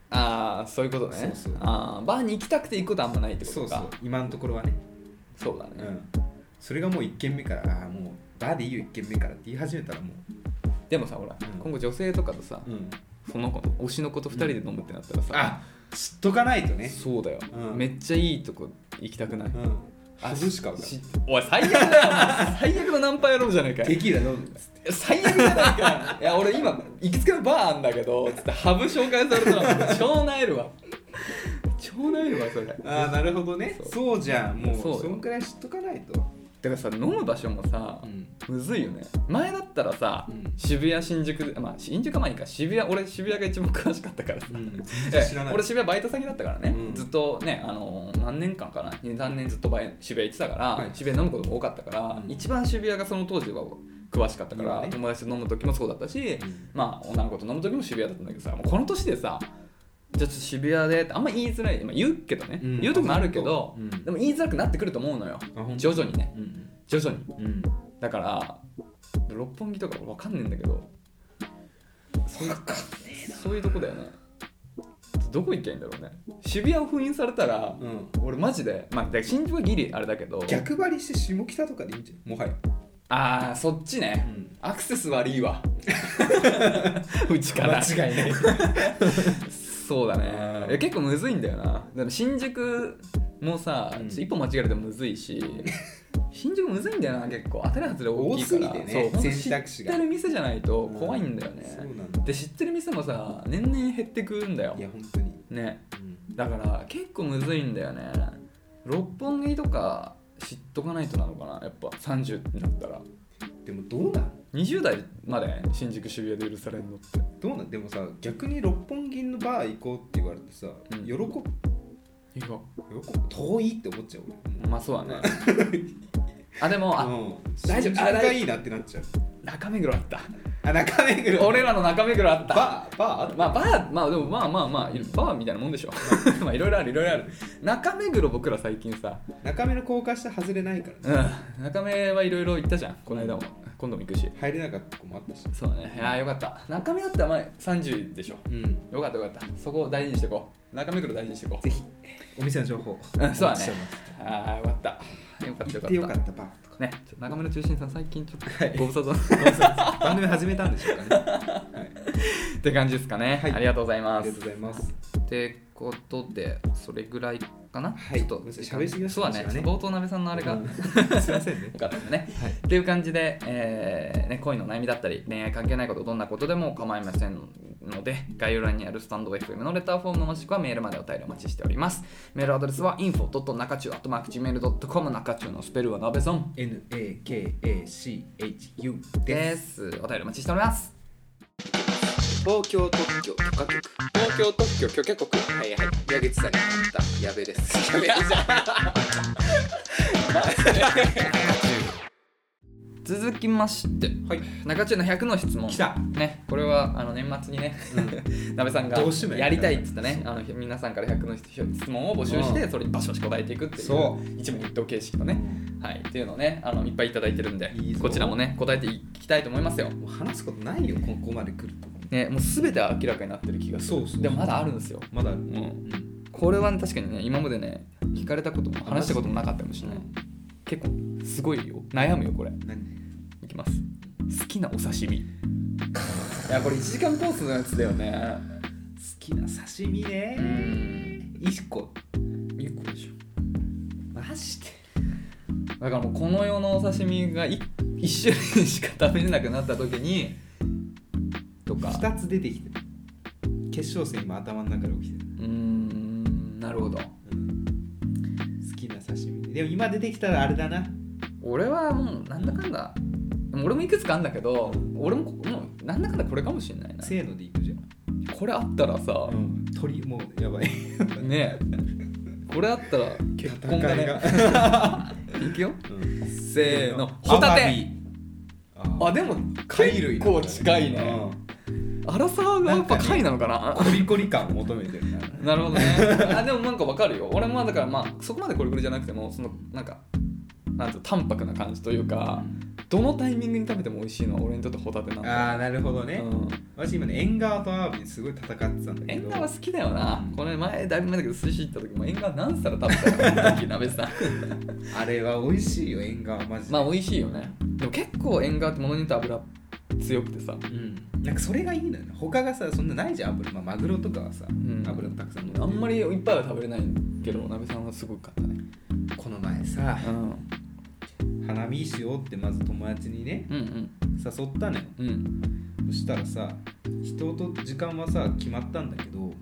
[SPEAKER 2] ああそういうことね
[SPEAKER 1] そうそう
[SPEAKER 2] あーバーに行きたくて行くことあんまないってこ
[SPEAKER 1] そ
[SPEAKER 2] と
[SPEAKER 1] うそ
[SPEAKER 2] か
[SPEAKER 1] う今のところはね
[SPEAKER 2] そうだね、
[SPEAKER 1] うんそれがもう1軒目からああもうバーでいいよ1軒目からって言い始めたらも
[SPEAKER 2] でもさほら、
[SPEAKER 1] うん
[SPEAKER 2] 今後女性とかとさ、
[SPEAKER 1] ううん
[SPEAKER 2] その子の推しの子と2人で飲むってなったらさ、
[SPEAKER 1] あ知っとかないとね
[SPEAKER 2] そうだよ、
[SPEAKER 1] うん
[SPEAKER 2] めっちゃいいとこ行きたくない、
[SPEAKER 1] うん
[SPEAKER 2] あ
[SPEAKER 1] 外しかも
[SPEAKER 2] しおい最悪だよお前最悪のナンパ野郎じゃないか
[SPEAKER 1] テ
[SPEAKER 2] い
[SPEAKER 1] キーラ飲むんです
[SPEAKER 2] 最悪じゃないかいや俺今行きつけのバーあんだけどつってハブ紹介されたら超なえるわ超なえるわそれ
[SPEAKER 1] ああなるほどね
[SPEAKER 2] そう
[SPEAKER 1] そうじゃんもう
[SPEAKER 2] そうよ
[SPEAKER 1] そんくらい知っとかないと
[SPEAKER 2] だからさ飲む場所もさ、
[SPEAKER 1] ん
[SPEAKER 2] むずいよね前だったらさ、
[SPEAKER 1] うん
[SPEAKER 2] 渋谷新宿まあ新宿前にか渋谷俺渋谷が一番詳しかったからさ、
[SPEAKER 1] うん
[SPEAKER 2] え
[SPEAKER 1] 知らない
[SPEAKER 2] 俺渋谷バイト先だったからね、
[SPEAKER 1] うん
[SPEAKER 2] ずっとねあのー何年間かな23年ずっとバイ渋谷行ってたから、
[SPEAKER 1] はい
[SPEAKER 2] 渋谷飲むことも多かったから、
[SPEAKER 1] うん
[SPEAKER 2] 一番渋谷がその当時は詳しかったか
[SPEAKER 1] 今
[SPEAKER 2] ら、
[SPEAKER 1] ね
[SPEAKER 2] 友達と飲む時もそうだったし、まあ女の子と飲む時も渋谷だったんだけどさもうこの年でさじゃあちょっと渋谷でってあんま言いづらい、まあ、言うけどね、
[SPEAKER 1] うん
[SPEAKER 2] 言うとこもあるけど、
[SPEAKER 1] うん
[SPEAKER 2] でも言いづらくなってくると思うのよ
[SPEAKER 1] あ本当
[SPEAKER 2] 徐々にね
[SPEAKER 1] うん
[SPEAKER 2] 徐々に
[SPEAKER 1] うん
[SPEAKER 2] だから六本木とかわかんねえんだけどそういうそういうとこだよねどこ行きゃいいんだろうね渋谷を封印されたら、
[SPEAKER 1] うん、うん、
[SPEAKER 2] 俺マジでまあだから新宿はギリあれだけど
[SPEAKER 1] 逆張りして下北とかでいいんじゃんもはや、
[SPEAKER 2] ああそっちね、アクセス悪
[SPEAKER 1] [laughs]
[SPEAKER 2] いわうちから
[SPEAKER 1] 間違いない
[SPEAKER 2] そうだね
[SPEAKER 1] うん
[SPEAKER 2] いや結構むずいんだよなでも新宿もさ、
[SPEAKER 1] うん
[SPEAKER 2] ちょっと一歩間違えるとむず
[SPEAKER 1] [laughs]
[SPEAKER 2] いし新宿むずいんだよな結構当たり外れ大きい
[SPEAKER 1] 多す
[SPEAKER 2] から
[SPEAKER 1] ぎてね
[SPEAKER 2] そう
[SPEAKER 1] 選択肢が
[SPEAKER 2] 知ってる店じゃないと怖いんだよ
[SPEAKER 1] そう
[SPEAKER 2] ね、
[SPEAKER 1] なんだ
[SPEAKER 2] で知ってる店もさ年々減ってくんだよ
[SPEAKER 1] いや本当に、
[SPEAKER 2] ね
[SPEAKER 1] うん、
[SPEAKER 2] だから結構むずいんだよね六本木とか知っとかないとなのかなやっぱ30になったら
[SPEAKER 1] でもどうなん
[SPEAKER 2] 20代まで新宿渋谷で許されるのって
[SPEAKER 1] どうなんでもさ逆に六本木のバー行こうって言われてさ、
[SPEAKER 2] うん
[SPEAKER 1] 喜ぶ喜
[SPEAKER 2] いや
[SPEAKER 1] ぶ遠いって思っちゃう俺
[SPEAKER 2] まあそうだねあでもあ
[SPEAKER 1] うん
[SPEAKER 2] 大丈夫
[SPEAKER 1] 新宿
[SPEAKER 2] あ大
[SPEAKER 1] がいいなってなっちゃう
[SPEAKER 2] 中目黒あった
[SPEAKER 1] あ中目黒
[SPEAKER 2] 俺らの中目黒あった
[SPEAKER 1] バーバーあった
[SPEAKER 2] まあバーまあでもまあまあまあバーみたいなもんでしょ [laughs] まあいろいろあるいろいろある中目黒僕ら最近さ、
[SPEAKER 1] 中目の高架下外れないからね
[SPEAKER 2] うん、中目はいろいろ行ったじゃんこの間も今度も行くし
[SPEAKER 1] 入れなかった子もあったし
[SPEAKER 2] そうだねいやーよかった中目だったら前30でしょ
[SPEAKER 1] うん
[SPEAKER 2] よかったよかったそこを大事にしていこう中目黒大事にしていこ
[SPEAKER 1] ぜ
[SPEAKER 2] う
[SPEAKER 1] ひお店の情報
[SPEAKER 2] うんそうだ
[SPEAKER 1] お待
[SPEAKER 2] ね
[SPEAKER 1] ちしてます
[SPEAKER 2] ああよかったよかっ
[SPEAKER 1] 行
[SPEAKER 2] たよ
[SPEAKER 1] っ
[SPEAKER 2] か
[SPEAKER 1] てよ
[SPEAKER 2] っ
[SPEAKER 1] か
[SPEAKER 2] た
[SPEAKER 1] ったバーとか
[SPEAKER 2] ね、ちょっと中村中心さん最近ちょっとご無沙汰、
[SPEAKER 1] 番組始めたんでしょうかねはい
[SPEAKER 2] って感じですかね、
[SPEAKER 1] はい
[SPEAKER 2] ありがとうござい
[SPEAKER 1] あ
[SPEAKER 2] ま
[SPEAKER 1] り
[SPEAKER 2] す
[SPEAKER 1] がとうございます
[SPEAKER 2] ってことでそれぐらいかな、
[SPEAKER 1] はい
[SPEAKER 2] ちょっと
[SPEAKER 1] ごめんなさい喋りすぎました
[SPEAKER 2] そう
[SPEAKER 1] ね
[SPEAKER 2] だね
[SPEAKER 1] 私はね
[SPEAKER 2] 冒頭なべさんのあれが、
[SPEAKER 1] うん
[SPEAKER 2] よ
[SPEAKER 1] すいませんね
[SPEAKER 2] かったね
[SPEAKER 1] はい
[SPEAKER 2] っていう感じで、えーね、恋の悩みだったり恋愛関係ないことどんなことでも構いませんので概要欄にあるスタンド FM のレターフォームもしくはメールまでお便りお待ちしておりますメールアドレスは info.nakachu.gmail.com 中中のスペルはなべさん
[SPEAKER 1] NAKACHU で
[SPEAKER 2] ですすお便りお待ちしております
[SPEAKER 1] 東京特許許可局
[SPEAKER 2] 東京特許許可国はいはい矢口さんにったやべですやべじゃ続きまして、
[SPEAKER 1] はい
[SPEAKER 2] 中中の100の質問
[SPEAKER 1] 来た
[SPEAKER 2] ねこれはあの年末にね、 [laughs] なべさんが
[SPEAKER 1] どうしても
[SPEAKER 2] や
[SPEAKER 1] や
[SPEAKER 2] り
[SPEAKER 1] り
[SPEAKER 2] た
[SPEAKER 1] た
[SPEAKER 2] い
[SPEAKER 1] い
[SPEAKER 2] っつってねあの皆さんから100の質問を募集して、
[SPEAKER 1] う
[SPEAKER 2] それにバシバシ答えていくっていう
[SPEAKER 1] そ
[SPEAKER 2] 一問一答形式のねはいっていうのをねあのいっぱいいただいてるんで
[SPEAKER 1] いいぞ
[SPEAKER 2] こちらもね答えていきたいと思いますよ
[SPEAKER 1] もう話すことないよここまで来ると
[SPEAKER 2] ねもう全ては明らかになってる気がす
[SPEAKER 1] そう
[SPEAKER 2] る
[SPEAKER 1] そうそう
[SPEAKER 2] でもまだあるんですよ
[SPEAKER 1] まだある
[SPEAKER 2] うん
[SPEAKER 1] うん
[SPEAKER 2] これはね確かにね今までね聞かれたことも話したこともなかったかもしれない結構すごいよ悩むよこれ
[SPEAKER 1] 何
[SPEAKER 2] いきます好きなお刺身いやこれ1時間コースのやつだよね
[SPEAKER 1] 好きな刺身
[SPEAKER 2] う
[SPEAKER 1] ね
[SPEAKER 2] ん
[SPEAKER 1] 一個
[SPEAKER 2] 1個でしょ
[SPEAKER 1] マジで
[SPEAKER 2] だからもうこの世のお刺身が 1, 種類しか食べれなくなった時にとか
[SPEAKER 1] 2つ出てきてる決勝戦今頭の中で起きてる、
[SPEAKER 2] うーんなるほど
[SPEAKER 1] 好きな刺身でも今出てきたらあれだな
[SPEAKER 2] 俺はもうなんだかんだでも俺もいくつかあんだけど俺もこもうなんだかんだこれかもしれないな
[SPEAKER 1] せーのでいくじゃん、
[SPEAKER 2] これあったらさ、
[SPEAKER 1] うん、鳥もうやばい
[SPEAKER 2] ねえこれあったら結婚がね
[SPEAKER 1] 戦いが
[SPEAKER 2] いくよ
[SPEAKER 1] うん
[SPEAKER 2] せーのホタ
[SPEAKER 1] アワ
[SPEAKER 2] テ
[SPEAKER 1] ビ
[SPEAKER 2] あでも
[SPEAKER 1] 貝類
[SPEAKER 2] 結構近いね粗さがやっぱ貝なのかな
[SPEAKER 1] コリコリ感を求めてるな
[SPEAKER 2] なるほどね [laughs] あでもなんかわかるよ俺もだからまあそこまでコリコリじゃなくてもそのなんかなんと淡白な感じというかどのタイミングに食べても美味しいのは俺にとってホタテなんだ
[SPEAKER 1] ああなるほどね、
[SPEAKER 2] うん
[SPEAKER 1] 私今ね縁側とアワビですごい戦ってたんだけど
[SPEAKER 2] 縁側好きだよな、これ前だいぶ前だけど寿司行った時も縁側何皿食べたの [laughs] 時鍋さん
[SPEAKER 1] あれは美味しいよ縁側マジで、
[SPEAKER 2] まあ美味しいよねでも結構縁側ってものによって油強くてさ
[SPEAKER 1] うん、なんかそれがいいのよね他がさそんなないじゃん油、まあ、マグロとかはさ、
[SPEAKER 2] ん
[SPEAKER 1] 油たくさん乗って
[SPEAKER 2] あ
[SPEAKER 1] る
[SPEAKER 2] んまりいっぱいは食べれないけど鍋さんはすごかったね
[SPEAKER 1] この前さ
[SPEAKER 2] うん
[SPEAKER 1] 花見しようってまず友達にね
[SPEAKER 2] うん
[SPEAKER 1] 誘ったのよ
[SPEAKER 2] うんうん
[SPEAKER 1] そしたらさ人と時間はさ決まったんだけど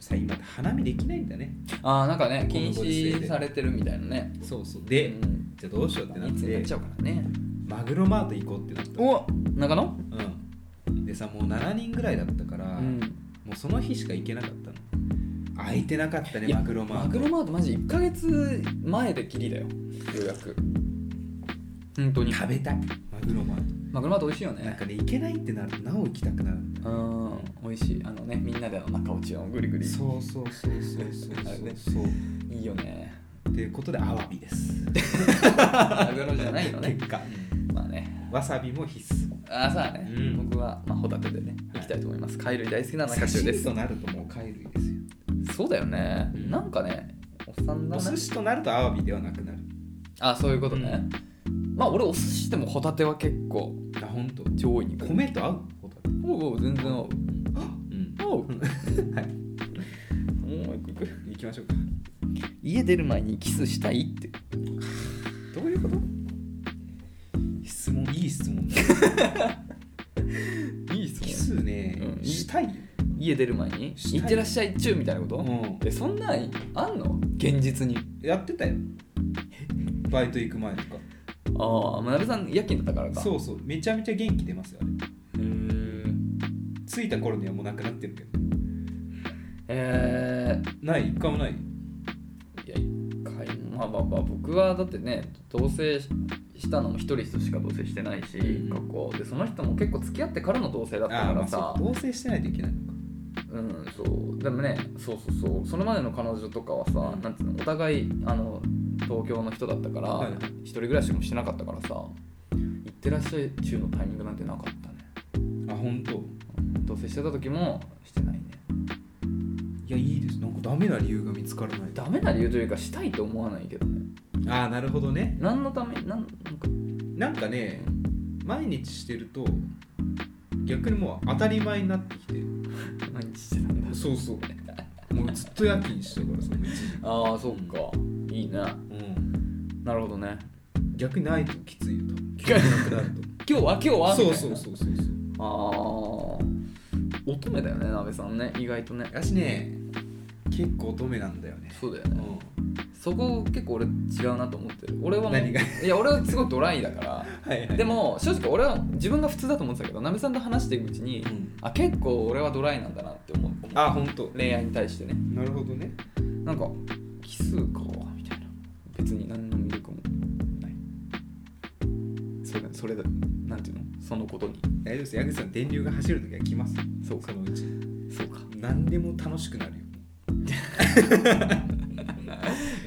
[SPEAKER 1] さ今って花見できないんだね
[SPEAKER 2] ああなんかね
[SPEAKER 1] この
[SPEAKER 2] 禁
[SPEAKER 1] ご時世
[SPEAKER 2] 止
[SPEAKER 1] で
[SPEAKER 2] されてるみたいなね
[SPEAKER 1] そうそうで、
[SPEAKER 2] うん
[SPEAKER 1] じゃあどうしようってなっ
[SPEAKER 2] いつになってちゃうからね
[SPEAKER 1] マグロマート行こうってなった
[SPEAKER 2] お長野
[SPEAKER 1] うん、でさもう7人ぐらいだったから、
[SPEAKER 2] うん
[SPEAKER 1] もうその日しか行けなかったの空いてなかったね
[SPEAKER 2] いや
[SPEAKER 1] マグロマート
[SPEAKER 2] マグロマートマジ1ヶ月前できりだよようやく本当に
[SPEAKER 1] 食べたいマグロマート
[SPEAKER 2] マグロマート美味しいよね
[SPEAKER 1] なんかね行けないってなるとなお行きたくなる
[SPEAKER 2] うん美味しいあのねみんなであの中落ちをぐりぐり
[SPEAKER 1] そうそうそうそうそう
[SPEAKER 2] あれね
[SPEAKER 1] そうそう
[SPEAKER 2] いいよね
[SPEAKER 1] っていうことでアワビです
[SPEAKER 2] マグロじゃないのね
[SPEAKER 1] [laughs] 結果
[SPEAKER 2] まあね
[SPEAKER 1] わさびも必須
[SPEAKER 2] ああそうだね、
[SPEAKER 1] うん
[SPEAKER 2] 僕は、まあ、ホタテでね
[SPEAKER 1] はい
[SPEAKER 2] 行きたいと思います貝類大好きな中州で
[SPEAKER 1] 刺身
[SPEAKER 2] す
[SPEAKER 1] となるともう貝類ですよ
[SPEAKER 2] そうだよね、
[SPEAKER 1] うん
[SPEAKER 2] なんかねおっさんだ
[SPEAKER 1] お
[SPEAKER 2] な
[SPEAKER 1] 寿司となるとアワビではなくなる
[SPEAKER 2] あそういうことね、まあ俺お寿司でもホタテは結構
[SPEAKER 1] あ本当
[SPEAKER 2] 上位に来る
[SPEAKER 1] 米と合うホタテ
[SPEAKER 2] おうおう全然合う
[SPEAKER 1] うん
[SPEAKER 2] おう
[SPEAKER 1] [laughs] はい
[SPEAKER 2] もう行く行く
[SPEAKER 1] 行きましょうか
[SPEAKER 2] 家出る前にキスしたいって
[SPEAKER 1] どういうこと質問いい質問だ
[SPEAKER 2] いいっす
[SPEAKER 1] 奇数ね、
[SPEAKER 2] うん
[SPEAKER 1] したいよ
[SPEAKER 2] 家出る前に
[SPEAKER 1] したい
[SPEAKER 2] 行ってらっしゃい中みたいなこと、
[SPEAKER 1] うん
[SPEAKER 2] えそんなんあんの現実に
[SPEAKER 1] やってたよバイト行く前とか
[SPEAKER 2] ああまなべさん夜勤だったからか
[SPEAKER 1] そうそうめちゃめちゃ元気出ますよあれ
[SPEAKER 2] へー
[SPEAKER 1] 着いた頃にはもうなくなってるけど
[SPEAKER 2] え
[SPEAKER 1] ない一回もない
[SPEAKER 2] ー、いや一回もまあまあまあ僕はだってね同棲したのも一人としか同棲してないし、
[SPEAKER 1] うん
[SPEAKER 2] 過去でその人も結構付き合ってからの同棲だった
[SPEAKER 1] あ
[SPEAKER 2] か
[SPEAKER 1] あま
[SPEAKER 2] ら
[SPEAKER 1] あ
[SPEAKER 2] さ
[SPEAKER 1] そう同棲してないといけないのか
[SPEAKER 2] うんそうでもねそうそうそうそのまでの彼女とかはさ、
[SPEAKER 1] うん
[SPEAKER 2] なんていうのお互いあの東京の人だったから、
[SPEAKER 1] はい
[SPEAKER 2] 一人暮らしもしてなかったからさ行ってらっしゃい中のタイミングなんてなかったね
[SPEAKER 1] あ本当
[SPEAKER 2] 同棲してた時もしてないね
[SPEAKER 1] いやいいですなんかダメな理由が見つからない
[SPEAKER 2] ダメな理由というかしたいと思わないけどね
[SPEAKER 1] ああなるほどね
[SPEAKER 2] 何のためなんなんか
[SPEAKER 1] なんかね毎日してると逆にもう当たり前になってきて
[SPEAKER 2] 毎日してたんだ
[SPEAKER 1] そうそうもうずっと夜勤してたからさ一時
[SPEAKER 2] ああそっかいいね [laughs]
[SPEAKER 1] うん
[SPEAKER 2] なるほどね
[SPEAKER 1] 逆にないときついよ [laughs] 多分急になくなると
[SPEAKER 2] 今日は今日はみたい
[SPEAKER 1] そ
[SPEAKER 2] な
[SPEAKER 1] うそうそうそうそう
[SPEAKER 2] ああ乙女だよねなべさんね意外とね
[SPEAKER 1] 私ね結構乙女なんだよね
[SPEAKER 2] そうだよね
[SPEAKER 1] う
[SPEAKER 2] そこ結構俺違うなと思ってる俺はもう
[SPEAKER 1] 何が
[SPEAKER 2] いや俺はすごいドライだから
[SPEAKER 1] んはいはい
[SPEAKER 2] でも正直俺は自分が普通だと思ってたけどなべさんと話していくうちに、
[SPEAKER 1] うん
[SPEAKER 2] あ結構俺はドライなんだなって思う
[SPEAKER 1] あ本当
[SPEAKER 2] 恋愛に対してね
[SPEAKER 1] なるほどね
[SPEAKER 2] なんか奇数かみたいな別に何の魅力もないそれそれだなんていうのそのことに
[SPEAKER 1] 大丈夫です矢口さん電流が走る時は来ます
[SPEAKER 2] そうか
[SPEAKER 1] のうち
[SPEAKER 2] そうか
[SPEAKER 1] 何でも楽しくなるよ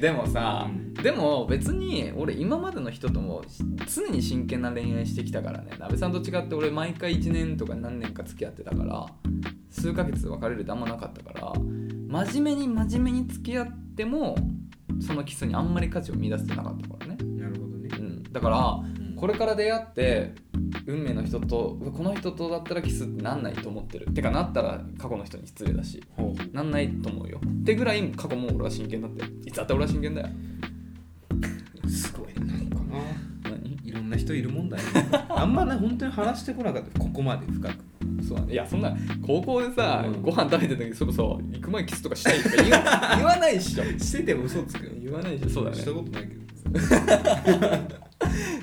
[SPEAKER 2] でもさ、
[SPEAKER 1] うん
[SPEAKER 2] でも別に俺今までの人とも常に真剣な恋愛してきたからねなべさんと違って俺毎回1年とか何年か付き合ってたから数ヶ月別れるってあんまなかったから真面目に真面目に付き合ってもそのキスにあんまり価値を見出せてなかったからね、
[SPEAKER 1] なるほどね
[SPEAKER 2] うん、だからこ
[SPEAKER 1] れ
[SPEAKER 2] れから出会って運命の人とうわこの人とだったらキスってなんないと思ってるてかなったら過去の人に失礼だし
[SPEAKER 1] ほう
[SPEAKER 2] なんないと思うよってぐらい過去もう俺は真剣だっていつだって俺は真剣だよ
[SPEAKER 1] すごいななんかな
[SPEAKER 2] 何
[SPEAKER 1] いろんな人いるもんだね [laughs] あんまね本当に話してこなかったここまで深く
[SPEAKER 2] そうだねいやそんな高校でさ、
[SPEAKER 1] うん
[SPEAKER 2] ご飯食べてた時それこそ行く前にキスとかしたいとか言わ [laughs] 言わないっしょ
[SPEAKER 1] してても嘘つくよ
[SPEAKER 2] 言わないっしょそうだね
[SPEAKER 1] したことないけど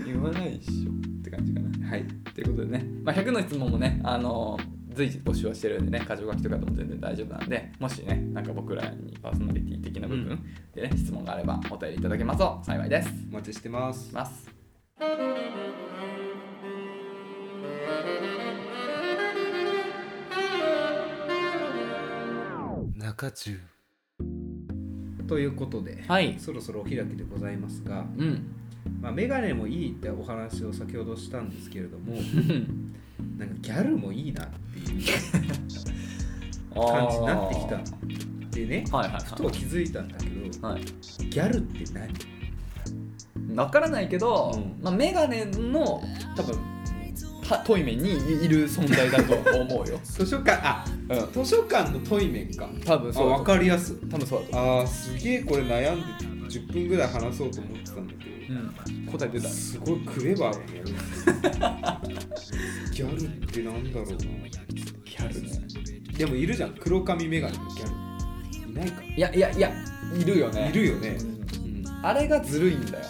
[SPEAKER 2] 言わないっしょって感じかな
[SPEAKER 1] はい
[SPEAKER 2] ということでね、まあ、100の質問もね、あのー随時募集はしてるんでね、箇条書きとかでも全然大丈夫なんで、もしね、なんか僕らにパーソナリティ的な部
[SPEAKER 1] う
[SPEAKER 2] 分でね、質問があればお便りいただけますと幸いです。
[SPEAKER 1] お待ちしてます
[SPEAKER 2] ます。
[SPEAKER 1] 中中ということで、
[SPEAKER 2] はい
[SPEAKER 1] そろそろお開きでございますが、
[SPEAKER 2] [laughs] うん。
[SPEAKER 1] まあ、メガネもいいってお話を先ほどしたんですけれどもなんかギャルもいいなっていう感じになってき
[SPEAKER 2] あ
[SPEAKER 1] たでね
[SPEAKER 2] ーはいはい
[SPEAKER 1] ふ
[SPEAKER 2] は
[SPEAKER 1] と気づいたんだけど
[SPEAKER 2] い。はい
[SPEAKER 1] ギャルって何
[SPEAKER 2] わからないけど、
[SPEAKER 1] うん、
[SPEAKER 2] まあ、メガネの多分は遠い面にいる存在だと思うよ
[SPEAKER 1] [laughs] 図書館あ
[SPEAKER 2] う
[SPEAKER 1] 図書館の対面か
[SPEAKER 2] ん、多分
[SPEAKER 1] あ
[SPEAKER 2] そうだ
[SPEAKER 1] 分かりやすい
[SPEAKER 2] 多分そうだと
[SPEAKER 1] あーすげえこれ悩んで10分ぐらい話そうと思ってたんだけど
[SPEAKER 2] 思う、うん、答え出た
[SPEAKER 1] すごいクレバーだね [laughs] ギャルってなんだろうな
[SPEAKER 2] ギャルね
[SPEAKER 1] でもいるじゃん黒髪メガネのギャルいないか
[SPEAKER 2] いやいやいやいるよね
[SPEAKER 1] いるよね
[SPEAKER 2] う、ん
[SPEAKER 1] うん、
[SPEAKER 2] あれがずるいんだよ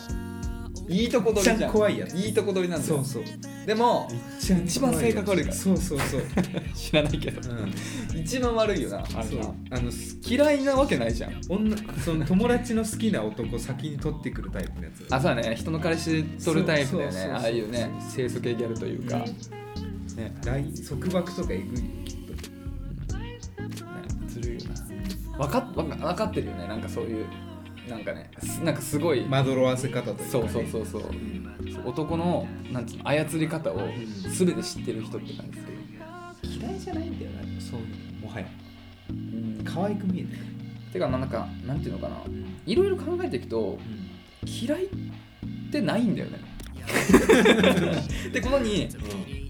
[SPEAKER 2] いいとこ取りじゃん
[SPEAKER 1] めっちゃ怖いやつ
[SPEAKER 2] いいとこ取りなんだよ
[SPEAKER 1] そうそう
[SPEAKER 2] でも
[SPEAKER 1] ちゃ
[SPEAKER 2] 一番性格悪い
[SPEAKER 1] [laughs]
[SPEAKER 2] から
[SPEAKER 1] そうそうそう、
[SPEAKER 2] 知らないけど
[SPEAKER 1] うん、
[SPEAKER 2] 一番悪いよなあれ
[SPEAKER 1] そう
[SPEAKER 2] な
[SPEAKER 1] あのす
[SPEAKER 2] 嫌いなわけないじゃん
[SPEAKER 1] 女その友達の好きな男先に取ってくるタイプのやつ
[SPEAKER 2] あそうだね人の彼氏取るタイプだ
[SPEAKER 1] そうそうそう
[SPEAKER 2] よね
[SPEAKER 1] そう
[SPEAKER 2] ああいうね清楚系ギャルというか、
[SPEAKER 1] うん
[SPEAKER 2] ねね
[SPEAKER 1] 来束縛とかえぐいよきっと
[SPEAKER 2] ずるいよな分かっ分か分かってるよねなんかそういうなんかねすなんかすごい、
[SPEAKER 1] まどろわせ方というか、
[SPEAKER 2] そ
[SPEAKER 1] ね、
[SPEAKER 2] うそう
[SPEAKER 1] う
[SPEAKER 2] そうそう
[SPEAKER 1] うん
[SPEAKER 2] 男のなんていうの操り方を全て知ってる人って感じする嫌いじゃないんだよな
[SPEAKER 1] そういうのもはや
[SPEAKER 2] うん
[SPEAKER 1] 可愛く見えない、
[SPEAKER 2] てかまあなんかなんていうのかないろいろ考えていくと嫌いってないんだよねでこのに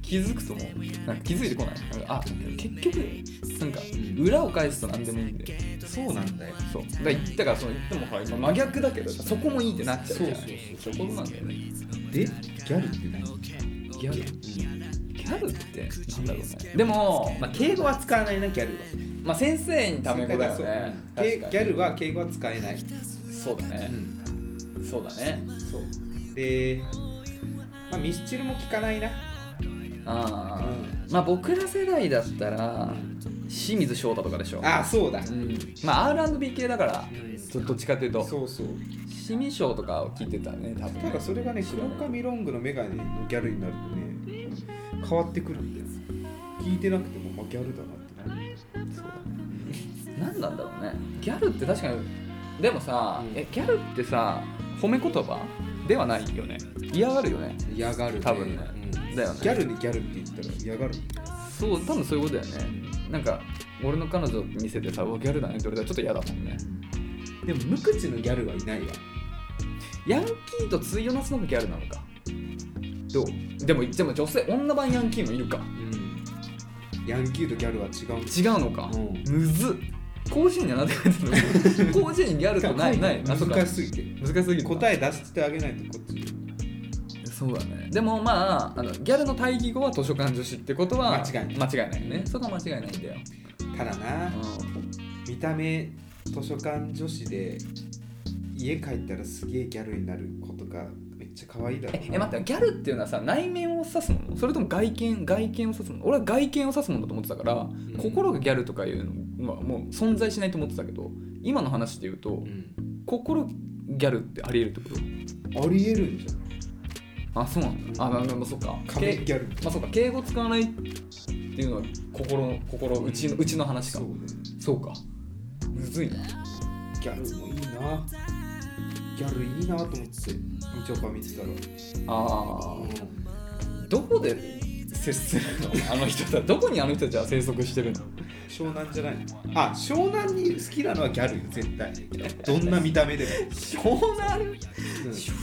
[SPEAKER 2] 気づくともなんか気づいてこないなんかあ結局なんか裏を返すと何でもいいんだよ
[SPEAKER 1] そうなんだよ
[SPEAKER 2] そうだから言ったからその言ってもほら今真逆だけどそこもいいってなっちゃうじゃない
[SPEAKER 1] そう
[SPEAKER 2] そうそうそこなんだよね
[SPEAKER 1] でギャルって何、
[SPEAKER 2] ギャルギャルってなんだろうねでも、ま
[SPEAKER 1] まあ、敬語は使わないなギャルは
[SPEAKER 2] まあ、先生にタメ語だよね
[SPEAKER 1] そうけギ
[SPEAKER 2] 確かに
[SPEAKER 1] ャルは敬語は使えない、
[SPEAKER 2] そうだね、そうだね
[SPEAKER 1] そうで、まあ、ミスチルも聞かないな
[SPEAKER 2] ああまあ僕ら世代だったら清水翔太とかでしょ
[SPEAKER 1] あそうだ、
[SPEAKER 2] うんまあ R&B 系だからどどっちかっていうと
[SPEAKER 1] そうそう
[SPEAKER 2] 清水翔とかを聞いてたね多分
[SPEAKER 1] ただそれがね
[SPEAKER 2] 知ら
[SPEAKER 1] 黒
[SPEAKER 2] ない
[SPEAKER 1] 髪ロングのメガネのギャルになるとね変わってくるんだよ聞いてなくても、まあ、ギャルだなってなる
[SPEAKER 2] そうだね何なんだろうねギャルって確かにでもさ、
[SPEAKER 1] うん
[SPEAKER 2] えギャルってさ褒め言葉ではないよね嫌がるよね
[SPEAKER 1] 嫌がる、
[SPEAKER 2] 多分ねだよね
[SPEAKER 1] ギャルにギャルって言ったら嫌がる
[SPEAKER 2] そう多分そういうことだよねなんか俺の彼女見せてさうわギャルだねって俺だちょっと嫌だもんね
[SPEAKER 1] でも無口のギャルはいないわ
[SPEAKER 2] ヤンキーと対をなすのがギャルなのかどうでもでも女性女版ヤンキーもいるか
[SPEAKER 1] ヤンキーとギャルは違うん
[SPEAKER 2] 違うのか、
[SPEAKER 1] う
[SPEAKER 2] むずっ甲子園にはなって書いてる [laughs] の甲子園にギャルとないないあ
[SPEAKER 1] 難
[SPEAKER 2] そっか
[SPEAKER 1] しすぎて
[SPEAKER 2] 難しすぎるな
[SPEAKER 1] 答え出してあげないとこっち
[SPEAKER 2] そうだねでもまああのギャルの対義語は図書館女子ってことは
[SPEAKER 1] 間違いない
[SPEAKER 2] 間違いないよねそこは間違いないんだよ、
[SPEAKER 1] ただな見た目図書館女子で家帰ったらすげえギャルになる子とかめっちゃ可愛いだろう
[SPEAKER 2] ええ待ってギャルっていうのはさ内面を指すものそれとも外見外見を指すもの俺は外見を指すものだと思ってたから、
[SPEAKER 1] ん
[SPEAKER 2] 心がギャルとかいうのはもう存在しないと思ってたけど今の話で言うと、
[SPEAKER 1] うん
[SPEAKER 2] 心ギャルってありえるってこ
[SPEAKER 1] ありえるんじゃない
[SPEAKER 2] とあそうなんだ、あなんだまあそっか
[SPEAKER 1] 神ギ
[SPEAKER 2] け
[SPEAKER 1] ャル
[SPEAKER 2] まあそうか敬語使わないっていうのは心の心うちのうちの話か
[SPEAKER 1] そうね
[SPEAKER 2] そうかむずいな
[SPEAKER 1] ギャルもいいなギャルいいなと思ってみちょぱ見てたら
[SPEAKER 2] ああどこで接するのあの人たちどこにあの人たちは生息してるの
[SPEAKER 1] 湘南じゃないのあ湘南に好きなのはギャルよ絶 [laughs] 対どんな見た目でも、
[SPEAKER 2] 湘南
[SPEAKER 1] うん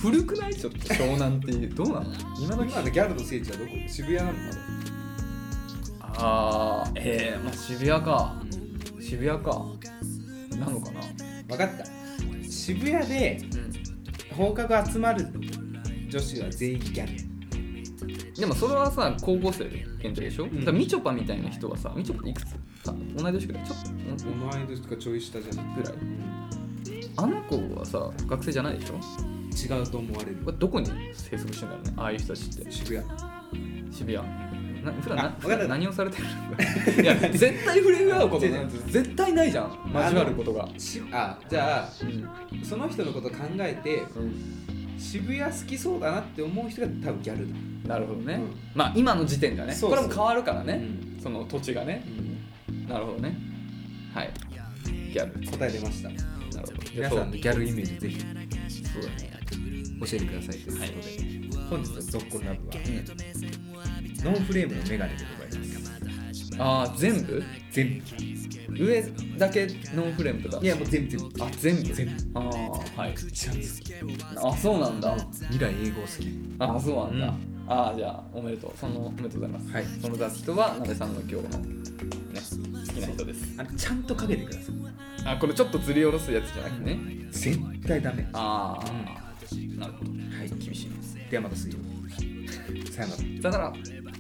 [SPEAKER 2] 古くないちょっと湘南っていうどうなの今時
[SPEAKER 1] 今のギャルの聖地はどこ渋谷なのまだ
[SPEAKER 2] ああええまあ渋谷か渋谷かなのかな
[SPEAKER 1] 分かった渋谷で放課後集まる女子は全員ギャル
[SPEAKER 2] でもそれはさ高校生限定でしょ、
[SPEAKER 1] ん
[SPEAKER 2] だからみちょぱみたいな人はさみちょぱっていくつあ同い年くらいちょっと
[SPEAKER 1] 同い年とかちょい下じゃない
[SPEAKER 2] ぐらいあの子はさ学生じゃないでしょ
[SPEAKER 1] 違うと思われる
[SPEAKER 2] これどこに生息してんだろうねああいう人たちって
[SPEAKER 1] 渋谷
[SPEAKER 2] 渋谷な普段
[SPEAKER 1] あ
[SPEAKER 2] な
[SPEAKER 1] 分かった
[SPEAKER 2] 何をされてる
[SPEAKER 1] [laughs]
[SPEAKER 2] のいや絶対触れ合うことなんて絶対ないじゃん交わることが、
[SPEAKER 1] しあじゃあ
[SPEAKER 2] うん
[SPEAKER 1] その人のこと考えて渋谷好きそうだなって思う人が多分ギャルだ
[SPEAKER 2] なるほどね、
[SPEAKER 1] うん
[SPEAKER 2] まあ今の時点だね
[SPEAKER 1] そうそう
[SPEAKER 2] これも変わるからね、
[SPEAKER 1] ね、
[SPEAKER 2] その土地がねなるほどねはいギャル
[SPEAKER 1] 答え出ました
[SPEAKER 2] なるほど
[SPEAKER 1] 皆さんの
[SPEAKER 2] で
[SPEAKER 1] ギャルイメージぜひ教
[SPEAKER 2] そうだね
[SPEAKER 1] えてくださいということで、本日の「ぞっこラブは」ノンフレームのメガネでございます
[SPEAKER 2] ああ全部
[SPEAKER 1] 全
[SPEAKER 2] 上だけノンフレームとか
[SPEAKER 1] 部いやもう全部全部
[SPEAKER 2] あ全部
[SPEAKER 1] 全部
[SPEAKER 2] ああはい
[SPEAKER 1] ちゃん好き
[SPEAKER 2] あそうなんだ
[SPEAKER 1] 未来英語好き
[SPEAKER 2] あそうなんだ、
[SPEAKER 1] う
[SPEAKER 2] ああじゃあおめでとうそのおめでとうございます、
[SPEAKER 1] はい
[SPEAKER 2] その雑人はなべさんの今日のね好きな人です
[SPEAKER 1] あれちゃんとかけてください
[SPEAKER 2] あこれちょっと釣り下ろすやつじゃなくてね、
[SPEAKER 1] 絶対ダメは
[SPEAKER 2] ああ、なるほど
[SPEAKER 1] い
[SPEAKER 2] 厳しいです
[SPEAKER 1] ではまた水曜日さよなら
[SPEAKER 2] [laughs] さよなら
[SPEAKER 1] 「